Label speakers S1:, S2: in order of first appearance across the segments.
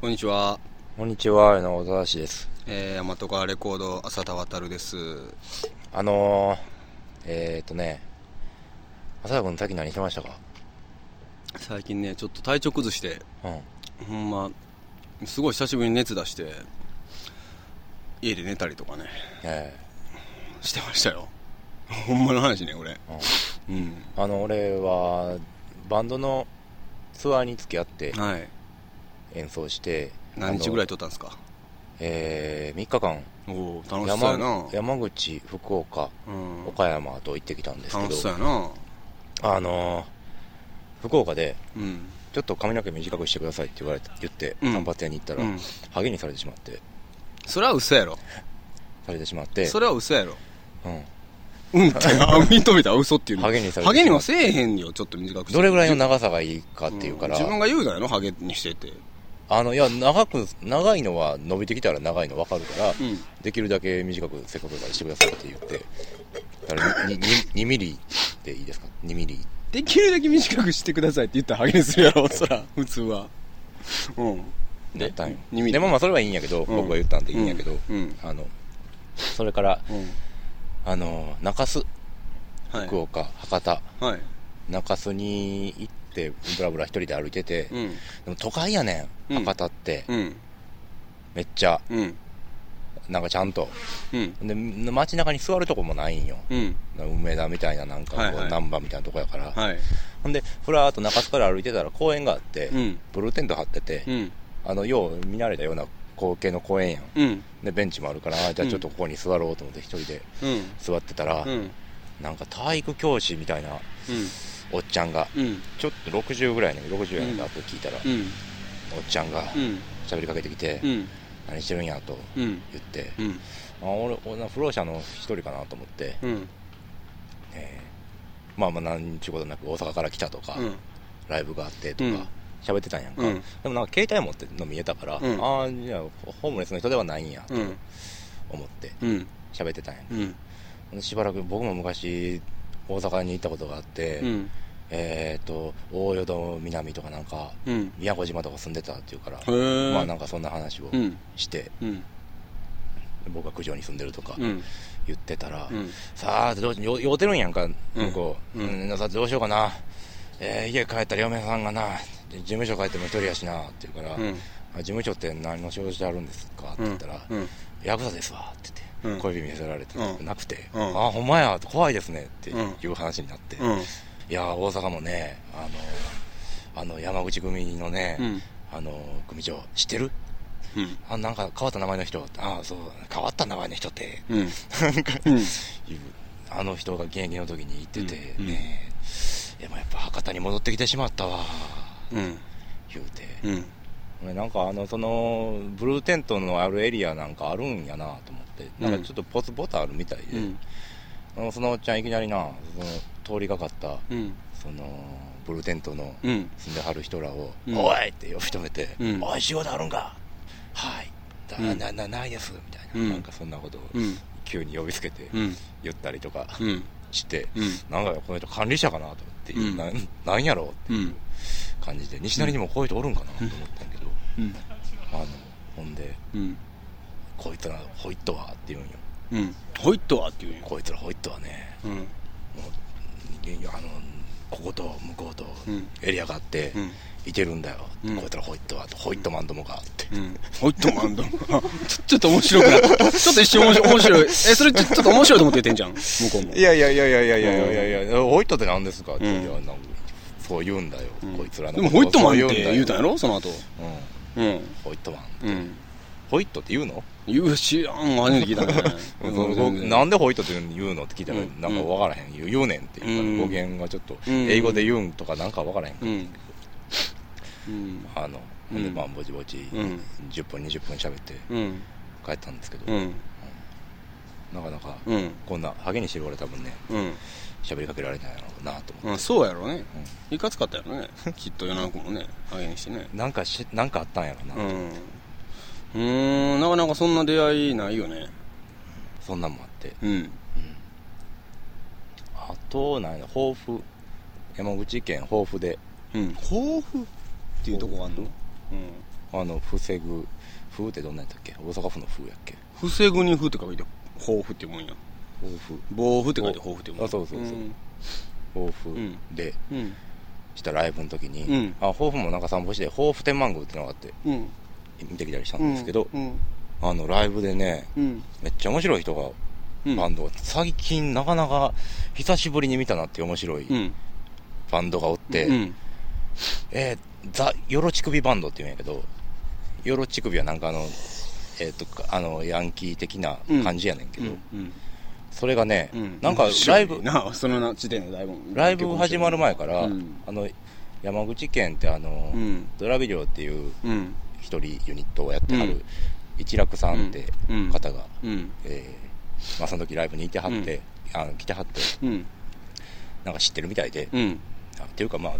S1: こんにちは、
S2: こんにちは、あの小田氏です。
S1: えー、大和川レコード浅田渉です
S2: あのー、えー、っとね、浅田君、さっき何してましたか
S1: 最近ねちょっと体調崩して
S2: うん。
S1: ほんますごい久しぶりに熱出して家で寝たりとかね
S2: え
S1: してましたよほんまの話ねこれ
S2: え
S1: うん
S2: うん。あの、俺は、バンドのツアーに付き合って
S1: はい
S2: 演奏して、
S1: 何日ぐら
S2: い
S1: い撮ったんですか
S2: えー、3日間
S1: おお楽しそうやな
S2: 山、山口、福岡、
S1: うん、
S2: 岡山と行ってきたんですけ
S1: 楽しそう
S2: ど、
S1: やな
S2: あのー、福岡で、
S1: うん
S2: ちょっと髪の毛短くしてくださいって言われて、言って、
S1: うん
S2: 散髪屋に行ったら、
S1: うん
S2: ハゲにされてしまって、
S1: それは嘘やろ
S2: されてしまって、
S1: それは嘘やろ
S2: うん。
S1: うん ってあ認めた嘘っていうの
S2: ハゲにされてしまって
S1: ハゲにはせえへんよちょっと短くして
S2: どれぐらいの長さがいいかっていうか
S1: ん
S2: ら、
S1: 自分が言うなよハゲにしてって
S2: あのいや長く長いのは伸びてきたら長いの分かるから、
S1: ん
S2: できるだけ短くせっかくだからしてくださいって言ってだからにに2ミリでいいですか2ミリ
S1: できるだけ短くしてくださいって言ったらハゲにするやろそら普通はうん
S2: だったんよ
S1: 2ミリ
S2: でもまあそれはいいんやけど、僕が言ったんでいいんやけど、
S1: うんうん
S2: あのそれから
S1: うん
S2: あの中洲
S1: はい
S2: 福岡博多
S1: はい
S2: 中洲に行ってブラブラ一人で歩いてて、
S1: う
S2: で
S1: ん
S2: も都会やねん
S1: うん
S2: 博多って、
S1: うん
S2: めっちゃ
S1: うん
S2: なんかちゃんと
S1: うん
S2: で街中に座るとこもないんよ、
S1: うん
S2: 梅田みたいななんかこ
S1: はいはいう
S2: 難波みたいなとこやから、
S1: はい
S2: ほんでふらーっと中洲から歩いてたら公園があって、
S1: うん
S2: ブルーテント張ってて、
S1: うん
S2: あのよう見慣れたような光景の公園やん
S1: うん
S2: でベンチもあるからあじゃあちょっとここに座ろうと思って一人で
S1: うん
S2: 座ってたら、
S1: うん
S2: なんか体育教師みたいな
S1: うん
S2: おっちゃんが
S1: うん
S2: ちょっと60ぐらいね60やねんなと聞いたら、
S1: うん
S2: おっちゃんが
S1: うん
S2: 喋りかけてきて、
S1: うん
S2: 何してるんやと
S1: うん
S2: 言って、
S1: うん
S2: あ俺俺な不老者の一人かなと思って、
S1: うん
S2: えーまあまあ何ちゅうことなく大阪から来たとか、
S1: うん
S2: ライブがあってと
S1: う
S2: か
S1: ん
S2: 喋ってたんやんか、
S1: うん
S2: でもなんか携帯持ってるの見えたから、
S1: うん
S2: ああじゃあホームレスの人ではないんやと
S1: うん
S2: 思って
S1: うん
S2: 喋ってたんや、
S1: うん
S2: ほんでしばらく僕も昔大阪に行ったことがあって、
S1: うん
S2: えっ、と大淀南とかなんか
S1: うん
S2: 宮古島とか住んでたっていうから、
S1: ー
S2: まあなんかそんな話を
S1: うん
S2: して、
S1: うん
S2: 僕が九条に住んでるとか
S1: うん
S2: 言ってたら、
S1: うん
S2: さあどうしよ酔うてるんやんか向こう、
S1: う
S2: うんんさあどうしようかな、えー家帰ったら嫁さんがな事務所帰っても一人やしなって言うから、
S1: うん
S2: あ事務所って何の仕事してあるんですか?」って言ったら「
S1: うん
S2: ヤクザですわ」って言って、
S1: うん
S2: 小指見せられて、
S1: うん
S2: なくて「
S1: うん
S2: あほんまや怖いですね」って
S1: うん
S2: いう話になって「
S1: う
S2: い
S1: ん
S2: やー大阪もねあのあの山口組のね、
S1: うん
S2: あの組長知ってる
S1: うん
S2: あなんか変わった名前の人あそう変わった名前の人って
S1: うん
S2: なんか
S1: うん
S2: いうあの人が現役の時に言ってて、
S1: うん
S2: ねえでもやっぱ博多に戻ってきてしまったわ
S1: うん
S2: 言うて、
S1: うん
S2: ねなんかあのそのブルーテントのあるエリアなんかあるんやなと思って
S1: うん
S2: なんかちょっとポツポツあるみたいで、
S1: うん
S2: あのそのおっちゃんいきなりなその通りかかった
S1: うん
S2: そのブルーテントの
S1: うん
S2: 住んではる人らを「
S1: うん
S2: おい!」って呼び止めて「
S1: うん
S2: おい仕事あるんか?」「はい」だ
S1: うん
S2: ななないです」みたいな、
S1: うん
S2: なんかそんなことを
S1: うん
S2: 急に呼びつけて
S1: うん
S2: 言ったりとか
S1: うん
S2: して、
S1: うん
S2: なんかこの人管理者かなと思って、
S1: うん
S2: ななんやろうって
S1: う
S2: いうん感じで西成にもこういう人おるんかなと思ったんやけど、
S1: うん
S2: あのほんで。
S1: うん
S2: こいつらホイットはって言うんよ
S1: うんホイットはっていうんや
S2: こいつらホイットはね
S1: うん
S2: もういやあのここと向こうと
S1: うん
S2: エリアがあって、
S1: うん
S2: いてるんだよ、
S1: うん
S2: こいつらホイットはとホイットマンどもがって、
S1: うんホイットマンドちょちょっと面白くなったちょっと一瞬面白い面白いえそれちょちょっと面白いと思って言ってんじゃん向こうも
S2: いやいやいやいやいやいやいやいやホイットって何ですかって、
S1: うん
S2: いやなんかそう言うんだよ、こいつらの
S1: でもホイットマンっ
S2: そう
S1: て
S2: だよ
S1: 言うたんやろその後
S2: うん
S1: うん
S2: ホイットマン
S1: うん
S2: ホイットって言うの、
S1: 言う知らん初めて聞いたね
S2: そう
S1: 全然
S2: なんでホイットって言うのって聞いたら、
S1: うん
S2: なんか分からへん言う言うねんっていうから、
S1: うん
S2: 語源がちょっと、
S1: うん
S2: 英語で言うんとかなんか分からへんか
S1: う
S2: ら、
S1: んうん
S2: あの、ほんで
S1: うん
S2: まあぼちぼち、
S1: うん
S2: 10分20分喋って
S1: うん
S2: 帰ったんですけど、
S1: うん
S2: なかなか、
S1: うん
S2: こんなハゲにしてる俺多分ね
S1: うん
S2: 喋りかけられないだろうなと思って、
S1: まあそうやろうね、いかつかったやろ ねきっと夜中もねハゲにしてね
S2: なんかしなんかあったんやろな、
S1: うんうーんなかなかそんな出会いないよね
S2: そんなんもあって
S1: うん
S2: あとなんや抱負山口県抱負で
S1: うん甲府っていうとこがあんのうん
S2: あの、防ぐ、風ってどんなんやったっけ大阪府の風やっけ
S1: 防ぐに風って書いて、抱負ってもんや。
S2: 防風。
S1: 暴風って書いて抱負ってもん
S2: あそうそうそう
S1: うん。
S2: 抱負で、
S1: うん。
S2: したライブの時に、
S1: うん
S2: あ、抱負もなんか散歩して、抱負天満宮ってのがあって、
S1: うん。
S2: 見てきたりしたんですけど、
S1: うん。
S2: あの、ライブでね、
S1: うん。
S2: めっちゃ面白い人が、
S1: うん
S2: バンド、最近なかなか久しぶりに見たなっていう面白い
S1: うん。
S2: バンドがおって、
S1: うん。
S2: えーザ・よろち首バンドって言うんやけど、よろち首はなんかあの、えっ、と、かあの、ヤンキー的な感じやねんけど、
S1: うん。
S2: それがね、
S1: うん。
S2: なんかライブ、
S1: な、そのな時点でライブ。
S2: ライブ始まる前から、
S1: うん
S2: あの、山口県ってあの、
S1: うん。
S2: ドラビリョっていう
S1: うん。
S2: 一人ユニットをやってはる、
S1: うん
S2: 一楽さんって
S1: うん
S2: 方が、
S1: うん。
S2: えーまあその時ライブにいてはって、あの来てはって、
S1: うん。
S2: なんか知ってるみたいで、
S1: うん。
S2: あっていうかまあ、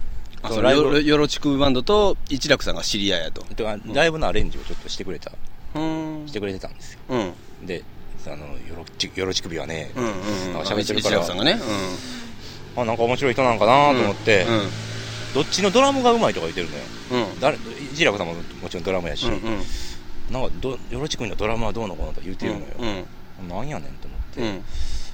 S1: あ、
S2: そ
S1: その
S2: のライブ
S1: よろよろちくバンドと一楽さんが知り合いやと。
S2: てかライブのアレンジをちょっとしてくれた、
S1: うん。
S2: してくれてたんですよ。
S1: うん。うん。
S2: で、あの、よろち、よろち首はね、
S1: うん。
S2: なんか喋ってるか
S1: 一
S2: ら
S1: 楽さんがね。
S2: あ、なんか面白い人なんかな
S1: うん。
S2: と思って、
S1: う
S2: どっちのドラムがうまいとか言ってるのよ。
S1: ん。うん。
S2: 誰、一楽さんももちろんドラムやし、
S1: うんうん。
S2: なんかど、よろち君のドラムはどうのこうのとか言ってるのよ。
S1: うん。
S2: なんやねんと思って、
S1: うん。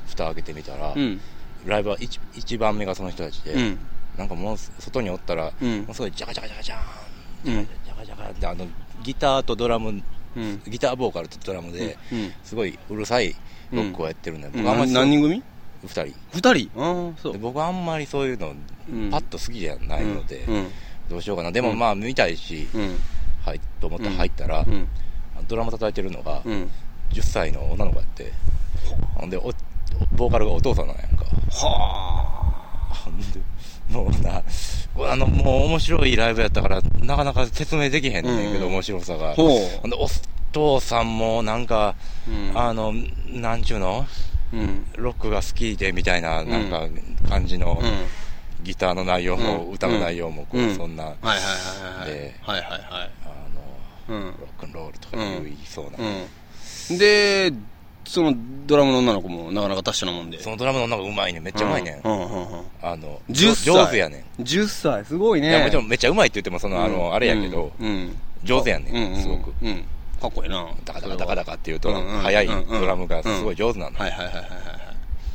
S2: 蓋開けてみたら、
S1: うん。
S2: ライブは 1, 番目がその人たちで、
S1: うん。
S2: なんかもう外におったら、
S1: うん
S2: もうすごいジャカジャカジャカジャーン、
S1: うん
S2: ジャカジャカジャカってあのギターとドラム、
S1: うん。
S2: ギターボーカルとドラムで、
S1: うん。
S2: すごいうるさいロックをやってるんで、僕あんまり
S1: 何人組
S2: 二人で
S1: 二人ああ、そう。
S2: 僕あんまりそういうの
S1: うん
S2: パッと好きじゃないので、
S1: うん。
S2: どうしようかなでもまあ見たいし、
S1: うん。
S2: はい、と思って入ったら、
S1: うん。
S2: ドラム叩いてるのが
S1: うん。
S2: 10歳の女の子やって、ほんでおおボーカルがお父さんなんやんか
S1: は
S2: ほんでもうなあのもう面白いライブやったからなかなか説明できへんねんけど、
S1: うん
S2: 面白さが
S1: あ。ほ
S2: ほんでお父さんもなんか、
S1: う。うん。
S2: あのなんちゅうの
S1: うん。
S2: ロックが好きでみたいななんか感じの、
S1: うん。
S2: ギターの内容も、
S1: うん
S2: 歌の内容もこう、
S1: うん
S2: そんな、あ
S1: はいはいはいはい。
S2: で
S1: はいはいはい。
S2: の
S1: うん。
S2: ロックンロールとか言いそうな、
S1: うん。で、そのドラムの女の子もなかなか達者なもんで。
S2: そのドラムの女がうまいねんめっ
S1: め
S2: ちゃうまいねん、
S1: うんうんうん。
S2: あの
S1: 10歳。
S2: 上手やねん、
S1: ん。10歳、すごいね。
S2: いやもちろんめっちゃうまいって言ってもその、あ
S1: う
S2: の
S1: ん
S2: あれやけど、
S1: うん。うん
S2: 上手やねん、
S1: うんうん
S2: すごく
S1: うん。かっこいいな。
S2: ダカダカダカダカっていうと、
S1: うんうん
S2: 速いドラムがすごい上手なの、
S1: はいはいはいはいは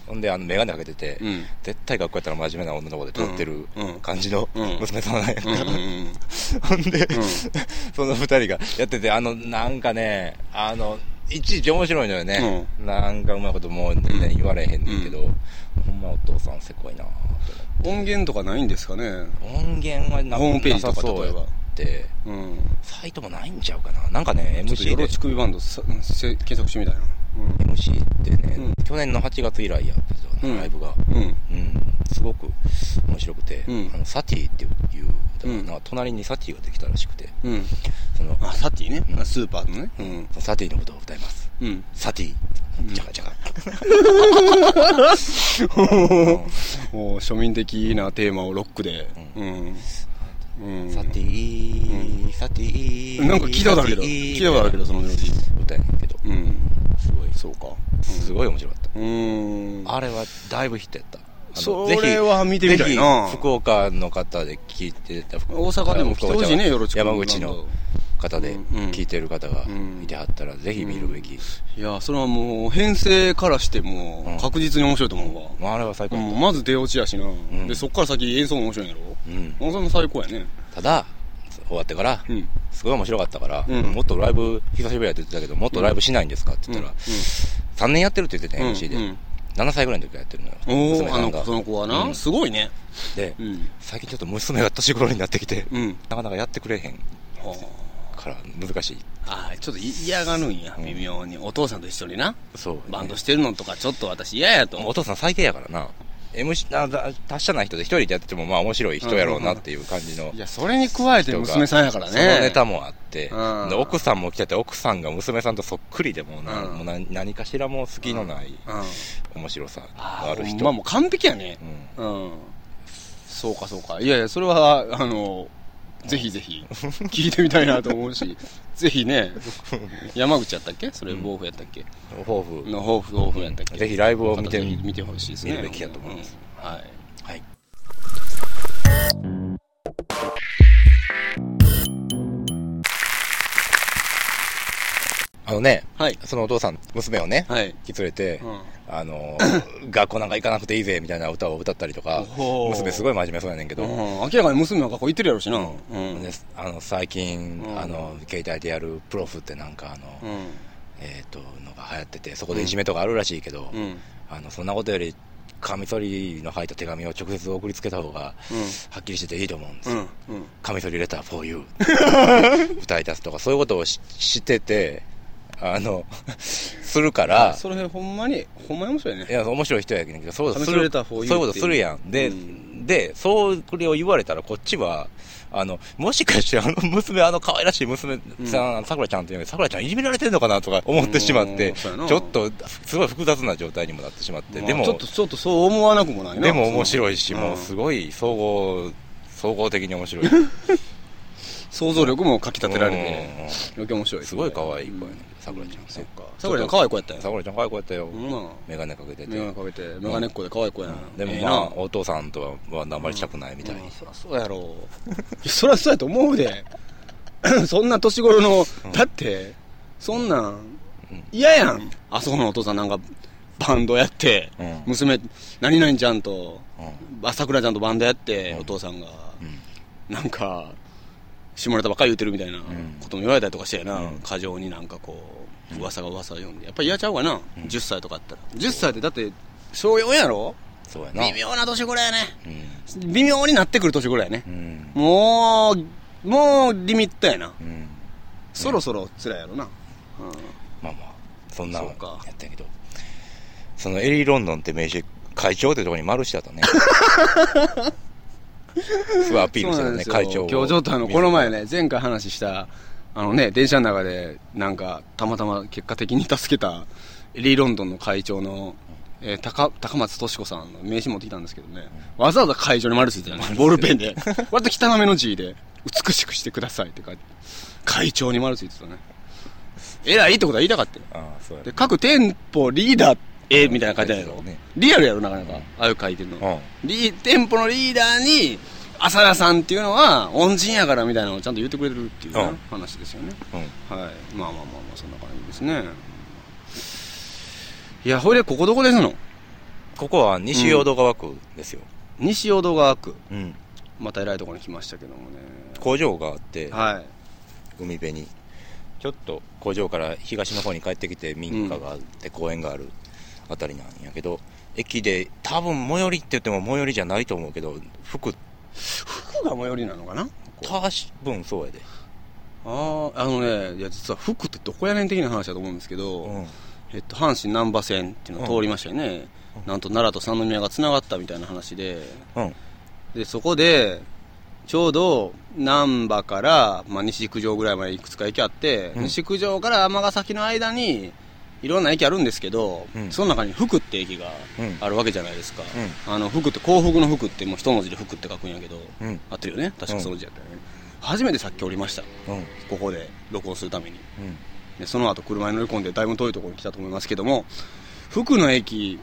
S2: ほんであの眼鏡かけてて、
S1: い。うん。
S2: 絶対かっこやったら真面目な女の子で撮ってる
S1: うん
S2: 感じの
S1: うん
S2: 娘さんなんやんか、
S1: うんうん
S2: ほんで、
S1: うん
S2: その二人がやってて、あの、なんかね、あの、いちいち面白いのよね。なんかうまいこともう全然言われへんねんけど、ほんまお父さんせこいなぁ
S1: うん。音源とかないんですかね。
S2: と思って。音源はな
S1: ホームページとか
S2: なさそうやって、
S1: うん。
S2: サイトもないんちゃうかな。なんかね、
S1: ちょっとよ
S2: MC で
S1: ろ、ち首バンドさせ検索してみたいな。
S2: MC ってね、
S1: うん
S2: 去年の8月以来やってた、
S1: うん
S2: ライブが。
S1: うん。うん。
S2: うん、すごく面白くて、
S1: うん
S2: あのサティっていう歌が、
S1: うん
S2: なんか隣にサティができたらしくて、
S1: うん。
S2: その、
S1: あ、サティね
S2: う。ん
S1: あスーパーのね。うん。
S2: そのサティのことを歌います。
S1: うん。
S2: サティ、
S1: うん
S2: ジャカジャカ。
S1: お庶民的なテーマをロックで。うん。うん。
S2: サティー、サティー。
S1: なんか聞いたことあるけど。聞いたことあるけど、そのメロディー。
S2: 歌やねんけど、
S1: うん。
S2: すごい、
S1: そうか。
S2: すごい面白かっ
S1: うん。
S2: た。あれはだいぶヒットやった。あの
S1: そ
S2: ぜひ
S1: れは見てみたいな
S2: ぜひ福岡の方で聞いてた、福
S1: 大阪でも来てほしいね、よろちく
S2: 山口の方で聞いてる方が
S1: うん
S2: いてはったら、ぜひ見るべき。
S1: いや、それはもう、編成からしても
S2: うん
S1: う、確実に面白いと思うわ。
S2: まああれは最高
S1: う
S2: やっ
S1: ん、まず出落ちやしな、
S2: ん
S1: で、そっから先演奏も面白いんやろ
S2: た。うん。
S1: あそれも最高やね。
S2: ただ、終わってから、
S1: うん。
S2: すごい面白かったから、
S1: うん
S2: もっとライブ、久しぶりやって言ってたけど、もっとライブしないんですかって言ったら、3年やってるって言ってた
S1: うん
S2: MC で、
S1: うん
S2: 7歳ぐらいの時からやってるのよ。
S1: お
S2: 娘
S1: お
S2: さ
S1: あ
S2: ん
S1: の
S2: が
S1: 子、その子はな、
S2: うん
S1: すごいね。
S2: で、
S1: うん。
S2: 最近ちょっと娘が年頃になってきて、
S1: うん。
S2: なかなかやってくれへんから難しい。
S1: ああ、ちょっと嫌がるんや、
S2: うん
S1: 微妙に。お父さんと一緒にな。
S2: そう、
S1: バンドしてるのとか、ちょっと私嫌やと。
S2: お父さん最低やからな。MC、あだ達者な人で一人でやっててもまあ面白い人やろうなっていう感じの。
S1: いや、それに加えて
S2: 人が
S1: 娘さんやからね。
S2: そのネタもあって、
S1: うん
S2: で奥さんも来てて、奥さんが娘さんとそっくりでもうな、
S1: うん
S2: もう何何かしらもう隙のない
S1: うん。
S2: 面白さが
S1: あ
S2: ある人。
S1: まあもう完璧やね。
S2: うん
S1: うん。そうかそうか。いやいや、それは、あの、ぜひぜひ、聞いてみたいなと思うし、 ぜひ ね、山口やったっけそれ、
S2: うん
S1: 抱負やったっけ
S2: 抱負、
S1: の抱負、抱負やったっけ
S2: ぜひライブを見てみ
S1: 見てほしいですね。
S2: 見るべきやと思います
S1: うん。はい。
S2: はい。あのね、
S1: はい
S2: そのお父さん、娘をね、
S1: はい。
S2: 引き連れて、
S1: うん
S2: あの ー学校なんか行かなくていいぜ、みたいな歌を歌ったりとか、
S1: おー
S2: 娘すごい真面目そうやねんけ
S1: う
S2: ど、
S1: ん、明らかに娘の学校行ってるやろうしな。うん。
S2: であの最近、
S1: うん
S2: あの、携帯でやるプロフってなんか、あの、
S1: うん。
S2: えっ、と、のが流行ってて、そこでいじめとかあるらしいけど、
S1: うん。うん。
S2: あの、そんなことより、カミソリの入った手紙を直接送りつけた方が、はっきりしてていいと思うんです
S1: う
S2: よ。
S1: ん。うん。
S2: カミソリレター for you 歌い出すとか、そういうことをししてて、あの、 するから、
S1: その辺ほんまに、ほんまに面白い
S2: い
S1: ね。
S2: や、面白い人やけど、そう
S1: カ
S2: す
S1: ミソ
S2: る
S1: リレター for
S2: そう
S1: you
S2: いうことするやん。で、
S1: う
S2: で、そう、これを言われたら、こっちは、あの、もしかして、あの娘、あの可愛らしい娘さん、さくらちゃんっていうのさくらちゃんいじめられてんのかなとか思ってしまっ
S1: う
S2: て、
S1: ん
S2: ち
S1: そうやな
S2: ょっと、すごい複雑な状態にもなってしまって、で
S1: まあ
S2: も
S1: ちょっ、と、ちょっとそう思わなくもないな。
S2: でも面白いし、
S1: うん
S2: もうすごい、総合、総合的に 面白い。
S1: 想像力もかき立てられて、
S2: うん
S1: 余計面白いですす
S2: ご
S1: ね。
S2: い可愛い子やね、さくらちゃん。
S1: そっか
S2: ちょ
S1: さくらちゃん可愛い子やったんや
S2: さくらちゃん可愛い子やったよ
S1: うんまあ。
S2: メガネかけてて。
S1: メガネかけて、メガネっ子で可愛い子やな。
S2: で
S1: ええ
S2: もま
S1: な
S2: あ、お父さんとは、まあ、あんまりしたくないみたい
S1: ま
S2: に
S1: あ。そりゃそうやろ いやそりゃそうやと思う でそんな年頃の、だってそんなん
S2: うん
S1: 嫌やんあそこのお父さんなんかバンドやって、
S2: うん
S1: 娘何々ちゃんと
S2: う
S1: 朝倉ちゃんとバンドやって、
S2: うん
S1: お父さんが、
S2: んうん
S1: なんか下ネタばっかり言ってるみたいなことも言われたりとかしてやな、
S2: うん
S1: 過剰になんかこう噂が噂を読んでやっぱり嫌ちゃうわな、10歳とかあったら10歳ってだって小4やろ
S2: そうやな。
S1: 微妙な年頃やね
S2: う
S1: 微妙になってくる年頃やね
S2: ん。うん。
S1: もう、もうリミットやな。
S2: うん。
S1: そろそろ辛いやろな。うん
S2: まあまあ、そんな、
S1: そ
S2: や
S1: う
S2: っ
S1: か
S2: たんやけど。そのエリー・ロンドンって名刺、会長ってところに丸して あったね。すごいアピールしてたね、会長を。
S1: 今日ちょっとあの、この前ね、前回話した、あのね、電車の中で、なんか、たまたま結果的に助けた、エリー・ロンドンの会長の、えー高高松敏子さんの名刺持ってきたんですけどね、わざわざ会長に丸ついてたよね、ボールペンで、割と汚めの字で、美しくしてくださいって書いて、会長に丸ついてたね。偉いってことは言いたかったよ。
S2: ああ、そうや
S1: で各店舗リーダーえみたいな書いてあるや
S2: そ
S1: ろ
S2: うね
S1: リアルやろなかなかああいう書いてるの
S2: うん
S1: リ店舗のリーダーに浅田さんっていうのは恩人やからみたいなのをちゃんと言ってくれてるっていうね
S2: うん
S1: 話ですよね
S2: うん。
S1: はいまあまあまあまあそんな感じですねいやほいでここどこですの
S2: ここは西淀川区ですよ。
S1: 西淀川区
S2: うん。
S1: また偉いところに来ましたけどもね
S2: 工場があって、
S1: はい
S2: 海辺に。ちょっと工場から東の方に帰ってきて民家があって公園があるあたりなんやけど、駅で多分最寄りって言っても最寄りじゃないと思うけど服
S1: 服が最寄りなのかな
S2: 多分そうやで、
S1: あああのねいや実は服ってどこやねん的な話だと思うんですけど、
S2: うん、
S1: えっと、阪神難波線っていうのを通りましたよね、なんと奈良と三宮がつながったみたいな話で
S2: うん、
S1: でそこでちょうど難波から、まあ、西九条ぐらいまでいくつか駅あって、
S2: うん
S1: 西九条から尼崎の間にいろんな駅あるんですけど、
S2: うん
S1: その中に福って駅が
S2: うん
S1: あるわけじゃないですか、あの福って幸福の福ってもう一文字で福って書くんやけど、
S2: うん
S1: 合ってるよね確かその字やったよね、初めてさっき降りました
S2: うん、
S1: ここで録音するために
S2: うん、
S1: でその後車に乗り込んでだいぶ遠いところに来たと思いますけども福の駅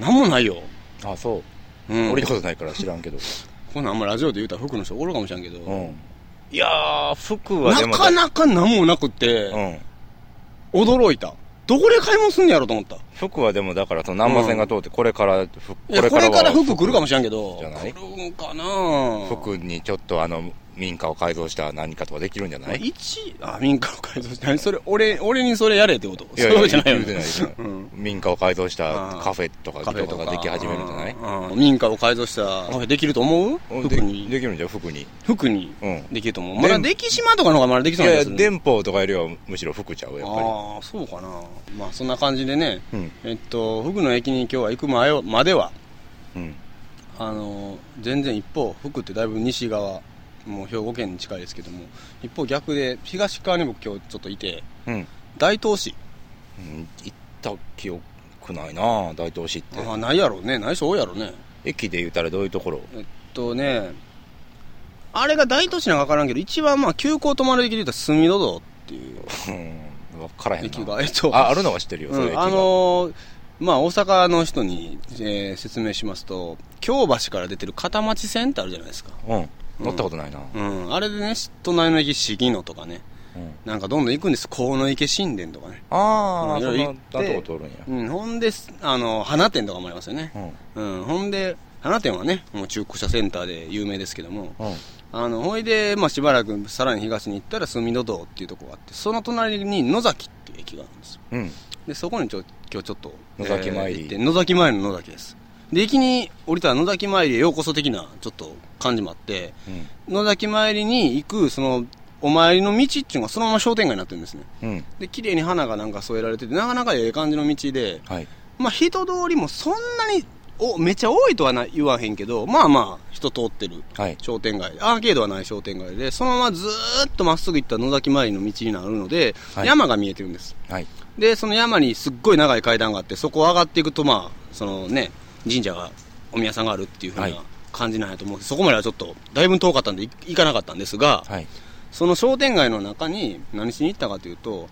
S1: なんもないよ、
S2: あそう、
S1: うん、
S2: 降りた
S1: こ
S2: ことないから知らんけど、
S1: んなんあんまラジオで言うたら福の人おるかもしれんけど、
S2: うん、いやー服はで
S1: な
S2: も
S1: かなかなんもなくて、
S2: うん、
S1: 驚いたどこで買い物すんのやろと思った
S2: 服はでもだからその難波線が通ってこれから服
S1: いやこれから
S2: は
S1: 福来るかもしれんけど
S2: じゃない
S1: 来るんかな
S2: 服にちょっとあの民家を改造した何かとかできるんじゃない
S1: 一あ民家を改造して何それ俺俺にそれやれってこと
S2: いやい
S1: そう
S2: や
S1: うじゃないよ
S2: 言うてない言うてない
S1: うん
S2: 民家を改造した
S1: あー
S2: カフェとか
S1: カフェ
S2: と
S1: と
S2: か
S1: か
S2: ができ始めるんじゃない
S1: うんうん民家を改造したカフェできると思う
S2: うん
S1: 服
S2: で
S1: に
S2: できるんじゃん服に
S1: 服に
S2: うん
S1: できると思う。
S2: で
S1: まだ出来島とかの方がまだでき
S2: い
S1: そうな気
S2: や
S1: が
S2: い
S1: す
S2: や
S1: る。
S2: 電報とかよりはむしろ服ちゃうやっぱ
S1: ああ、そうかな。まあそんな感じでね、
S2: りうん
S1: えっと、福の駅に今日は行く前はまでは、
S2: うん
S1: あの、全然一方、福ってだいぶ西側、もう兵庫県に近いですけども、一方逆で、東側に僕今日ちょっといて、
S2: うん
S1: 大東市。
S2: うん行った記憶ないな大東市って
S1: ああ、ないやろうね。ないし多いやろうね。
S2: 駅で言うたらどういうところ
S1: えっとね、あれが大都市なんかわからんけど、一番まあ、急行止まる駅で言うと隅戸道っていう
S2: うん分からへんな
S1: 駅が、えっと、
S2: ああるのは知ってるよそういう
S1: う
S2: 駅
S1: ん、
S2: が
S1: あのーまあ、大阪の人に、えー説明しますと、京橋から出てる片町線ってあるじゃないですか。
S2: うん乗ったことないな
S1: うん、あれでね、し隣の駅、杉野とかね、
S2: うん
S1: なんかどんどん行くんです河野池神殿とかね、
S2: あ
S1: う
S2: あ、
S1: ん
S2: そん
S1: いろ
S2: な
S1: いろ行って
S2: とこ通るん
S1: う
S2: や。
S1: ん、ほんですあの花店とかもありますよね、
S2: うん。
S1: うん、ほんで花店はねもう中古車センターで有名ですけども
S2: うん。
S1: あのほいで、まあ、しばらくさらに東に行ったら隅の堂っていうとこがあってその隣に野崎っていう駅があるんですよ
S2: うん。
S1: でそこにちょ今日ちょっと
S2: 野崎参り
S1: 行って野崎参りの野崎ですで駅に降りたら野崎参りへようこそ的なちょっと感じもあって野崎参りに行くそのお参りの道っていうのがそのまま商店街になってるんですね
S2: うん。うん。
S1: で綺麗に花がなんか添えられててなかなかええ感じの道で
S2: はい。
S1: まあ人通りもそんなにおめちゃ多いとはな言わへんけどまあまあ人通ってる
S2: はい。
S1: 商店街アーケードはない商店街でそのままずーっとまっすぐ行った野崎参りの道になるので、
S2: はい
S1: 山が見えてるんです
S2: はい。
S1: でその山にすっごい長い階段があってそこを上がっていくとまあそのね神社がお宮さんがあるっていうふう
S2: はい
S1: な感じなんやと思う、そこまではちょっとだいぶ遠かったんでい行かなかったんですが、
S2: はい。
S1: その商店街の中に何しに行ったかというとひょっ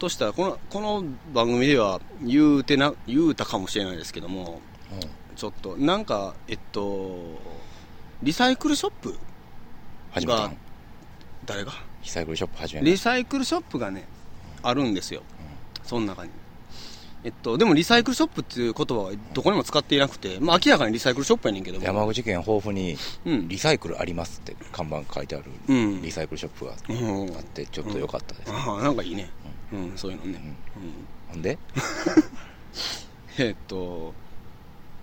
S1: としたらこのこの番組では言うてな言うたかもしれないですけども
S2: うん
S1: ちょっとなんかえっとリサイクルショップ
S2: 始めたん
S1: が。誰が
S2: リサイクルショップ始め
S1: リ
S2: た。
S1: サイクルショップがねあるんですよ、その中に、えっと、でもリサイクルショップっていう言葉はどこにも使っていなくて、まあ、明らかにリサイクルショップやねんけども
S2: 山口県豊富に
S1: うん
S2: リサイクルありますって看板書いてある
S1: うん
S2: リサイクルショップが
S1: うん
S2: あってちょっと良かったです。
S1: ああなんかいいね、うん、そういうのね、うん
S2: ほんで
S1: えっと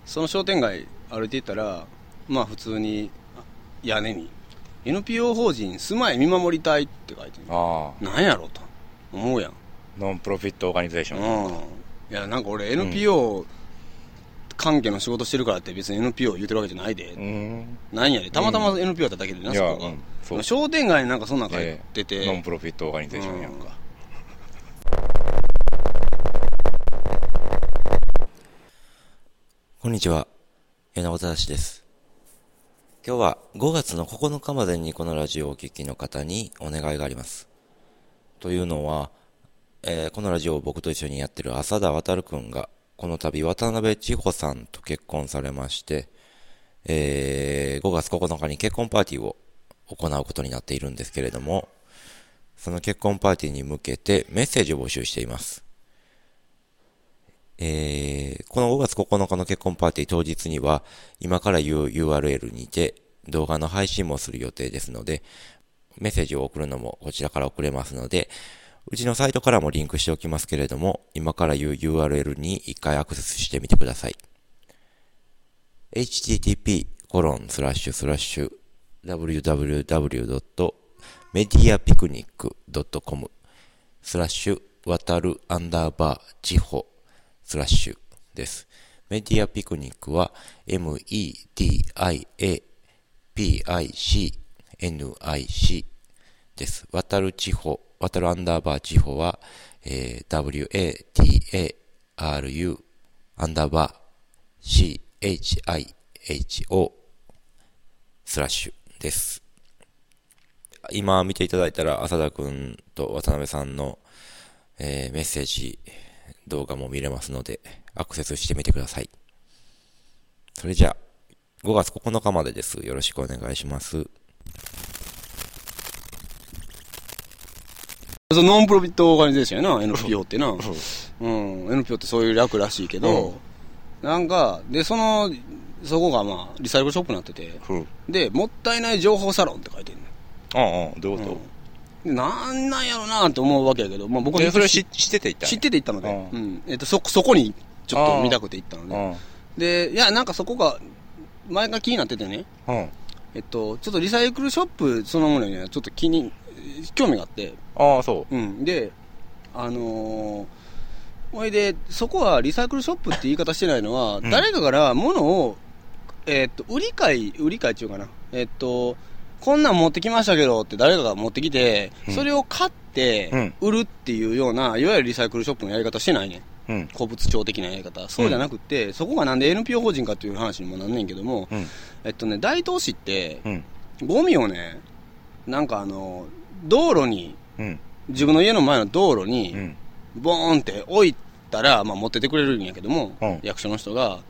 S1: その商店街歩いていたらまあ普通にあ屋根に NPO 法人住まい見守り隊って書いてる
S2: ああ、
S1: なんやろうと思うやん
S2: ノンプロフィットオーガニゼーション。
S1: うんいやなんか俺 NPO 関係の仕事してるからって別に NPO 言うてるわけじゃないで、
S2: うん。
S1: なんやでたまたま NPO だっただけでな、
S2: い
S1: そ
S2: や、
S1: こが、
S2: うん。そう。
S1: 商店街になんかそんなん書いてて、
S2: ノンプロフィットオーガニゼーションやんか。
S3: こんにちは。柳本正です。今日は5月の9日までにこのラジオをお聞きの方にお願いがあります。というのは、えーこのラジオを僕と一緒にやってる浅田渉くんが、この度渡辺千穂さんと結婚されまして、えー5月9日に結婚パーティーを行うことになっているんですけれども、その結婚パーティーに向けてメッセージを募集しています。えーこの5月9日の結婚パーティー当日には、今から言う URL にて動画の配信もする予定ですので、メッセージを送るのもこちらから送れますので、うちのサイトからもリンクしておきますけれども、今から言う URL に一回アクセスしてみてください。http:// www.mediapicnic.com スラッシュ、渡るアンダーバー、地方、スラッシュです。メディアピクニックは、m-e-d-i-a-p-i-c-n-i-c です。渡る地方、渡るアンダーバー地方は、えー w-a-t-a-r-u アンダーバー c-h-i-h-o スラッシュです。今見ていただいたら、浅田くんと渡辺さんの、えーメッセージ、動画も見れますので、アクセスしてみてください。それじゃあ、5月9日までです。よろしくお願いします。
S1: そのノンプロフィットオーガニゼーションやな NPO ってな、うん、NPO ってそういう略らしいけど、なんかでそのそこがまあリサイクルショップになってて
S2: うん。
S1: でもったいない情報サロンって書いてる
S2: うんうん。どういうこ
S1: のなんなんやろなって思うわけやけど、まあ、僕
S2: とで、
S1: は
S2: それを知知ってていったんや
S1: 知ってて行ったので、
S2: う
S1: うんえっとそそこにちょっと見たくて行ったので、でいやなんかそこが前が気になっててね
S2: うん。うん。
S1: えっとちょっとリサイクルショップそのものにはちょっと気に興味があって
S2: ああ、そ
S1: うんであのーほいでそこはリサイクルショップって言い方してないのは、
S2: うん
S1: 誰かから物をえっと売り買い売り買いっていうかなえっとこんなん持ってきましたけどって誰かが持ってきて、
S2: うん
S1: それを買って売るっていうような、いわゆるリサイクルショップのやり方してないねん
S2: う。うん。
S1: 古物庁的なやり方、そうじゃなくて、そこがなんで NPO 法人かという話にもなんねんけども、
S2: うん。
S1: えっとね、大東市って、
S2: うん。
S1: ゴミをね、なんかあの、道路に、
S2: うん。
S1: 自分の家の前の道路
S2: う
S1: に、
S2: ん。
S1: ボーンって置いたら、まあ、持っててくれるんやけども、
S2: うん
S1: 役所の人が。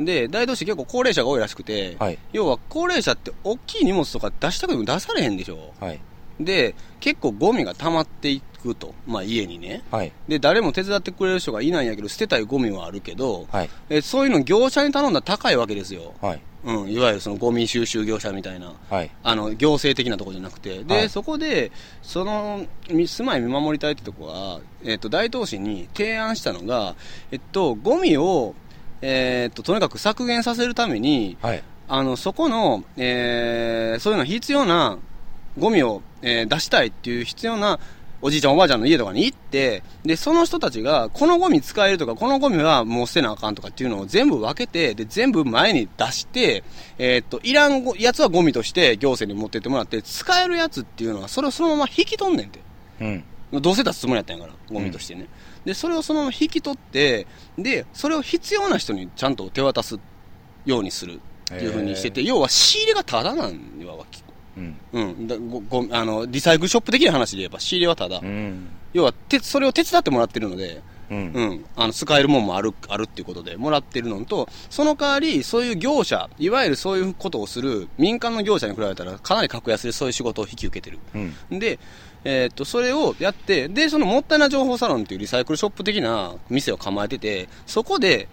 S1: で、大東市結構高齢者が多いらしくて、
S2: はい。
S1: 要は高齢者って大きい荷物とか出したくても出されへんでしょ。
S2: はい。
S1: で、結構ゴミが溜まっていくと。まあ家にね。
S2: はい。
S1: で、誰も手伝ってくれる人がいないんやけど、捨てたいゴミはあるけど、
S2: はい。
S1: えそういうの業者に頼んだら高いわけですよ。
S2: はい。
S1: うん、いわゆるそのゴミ収集業者みたいな。
S2: はい。
S1: あの行政的なところじゃなくて、で
S2: はい
S1: そこで、そのみ住まい見守り隊ってとこは、えっと大東市に提案したのが、えっと、ゴミを、えっととにかく削減させるために、
S2: はい。
S1: あのそこの、えーそういうの必要なゴミを、えー出したいっていう必要なおじいちゃん、おばあちゃんの家とかに行って、でその人たちが、このゴミ使えるとか、このゴミはもう捨てなあかんとかっていうのを全部分けて、で全部前に出して、えーっといらんごやつはゴミとして行政に持ってってもらって、使えるやつっていうのは、それをそのまま引き取んねんて。
S2: うん。
S1: どうせ出すつもりやったんやから、ゴミとしてね、で、それをそのまま引き取って、で、それを必要な人にちゃんと手渡すようにするっていうふうにしてて、要は仕入れがタダなんやわき。
S2: うん。
S1: うん。だごごあの、リサイクルショップ的な話で言えば仕入れはタダ。
S2: うん。
S1: 要はて、それを手伝ってもらってるので、
S2: うん。
S1: うん、あの使えるもんもあるあるっていうことでもらってるのと、その代わり、そういう業者、いわゆるそういうことをする民間の業者に比べたら、かなり格安でそういう仕事を引き受けてる。
S2: うん。
S1: で、えーっと、それをやって、で、そのもったいな情報サロンっていうリサイクルショップ的な店を構えてて、そこで、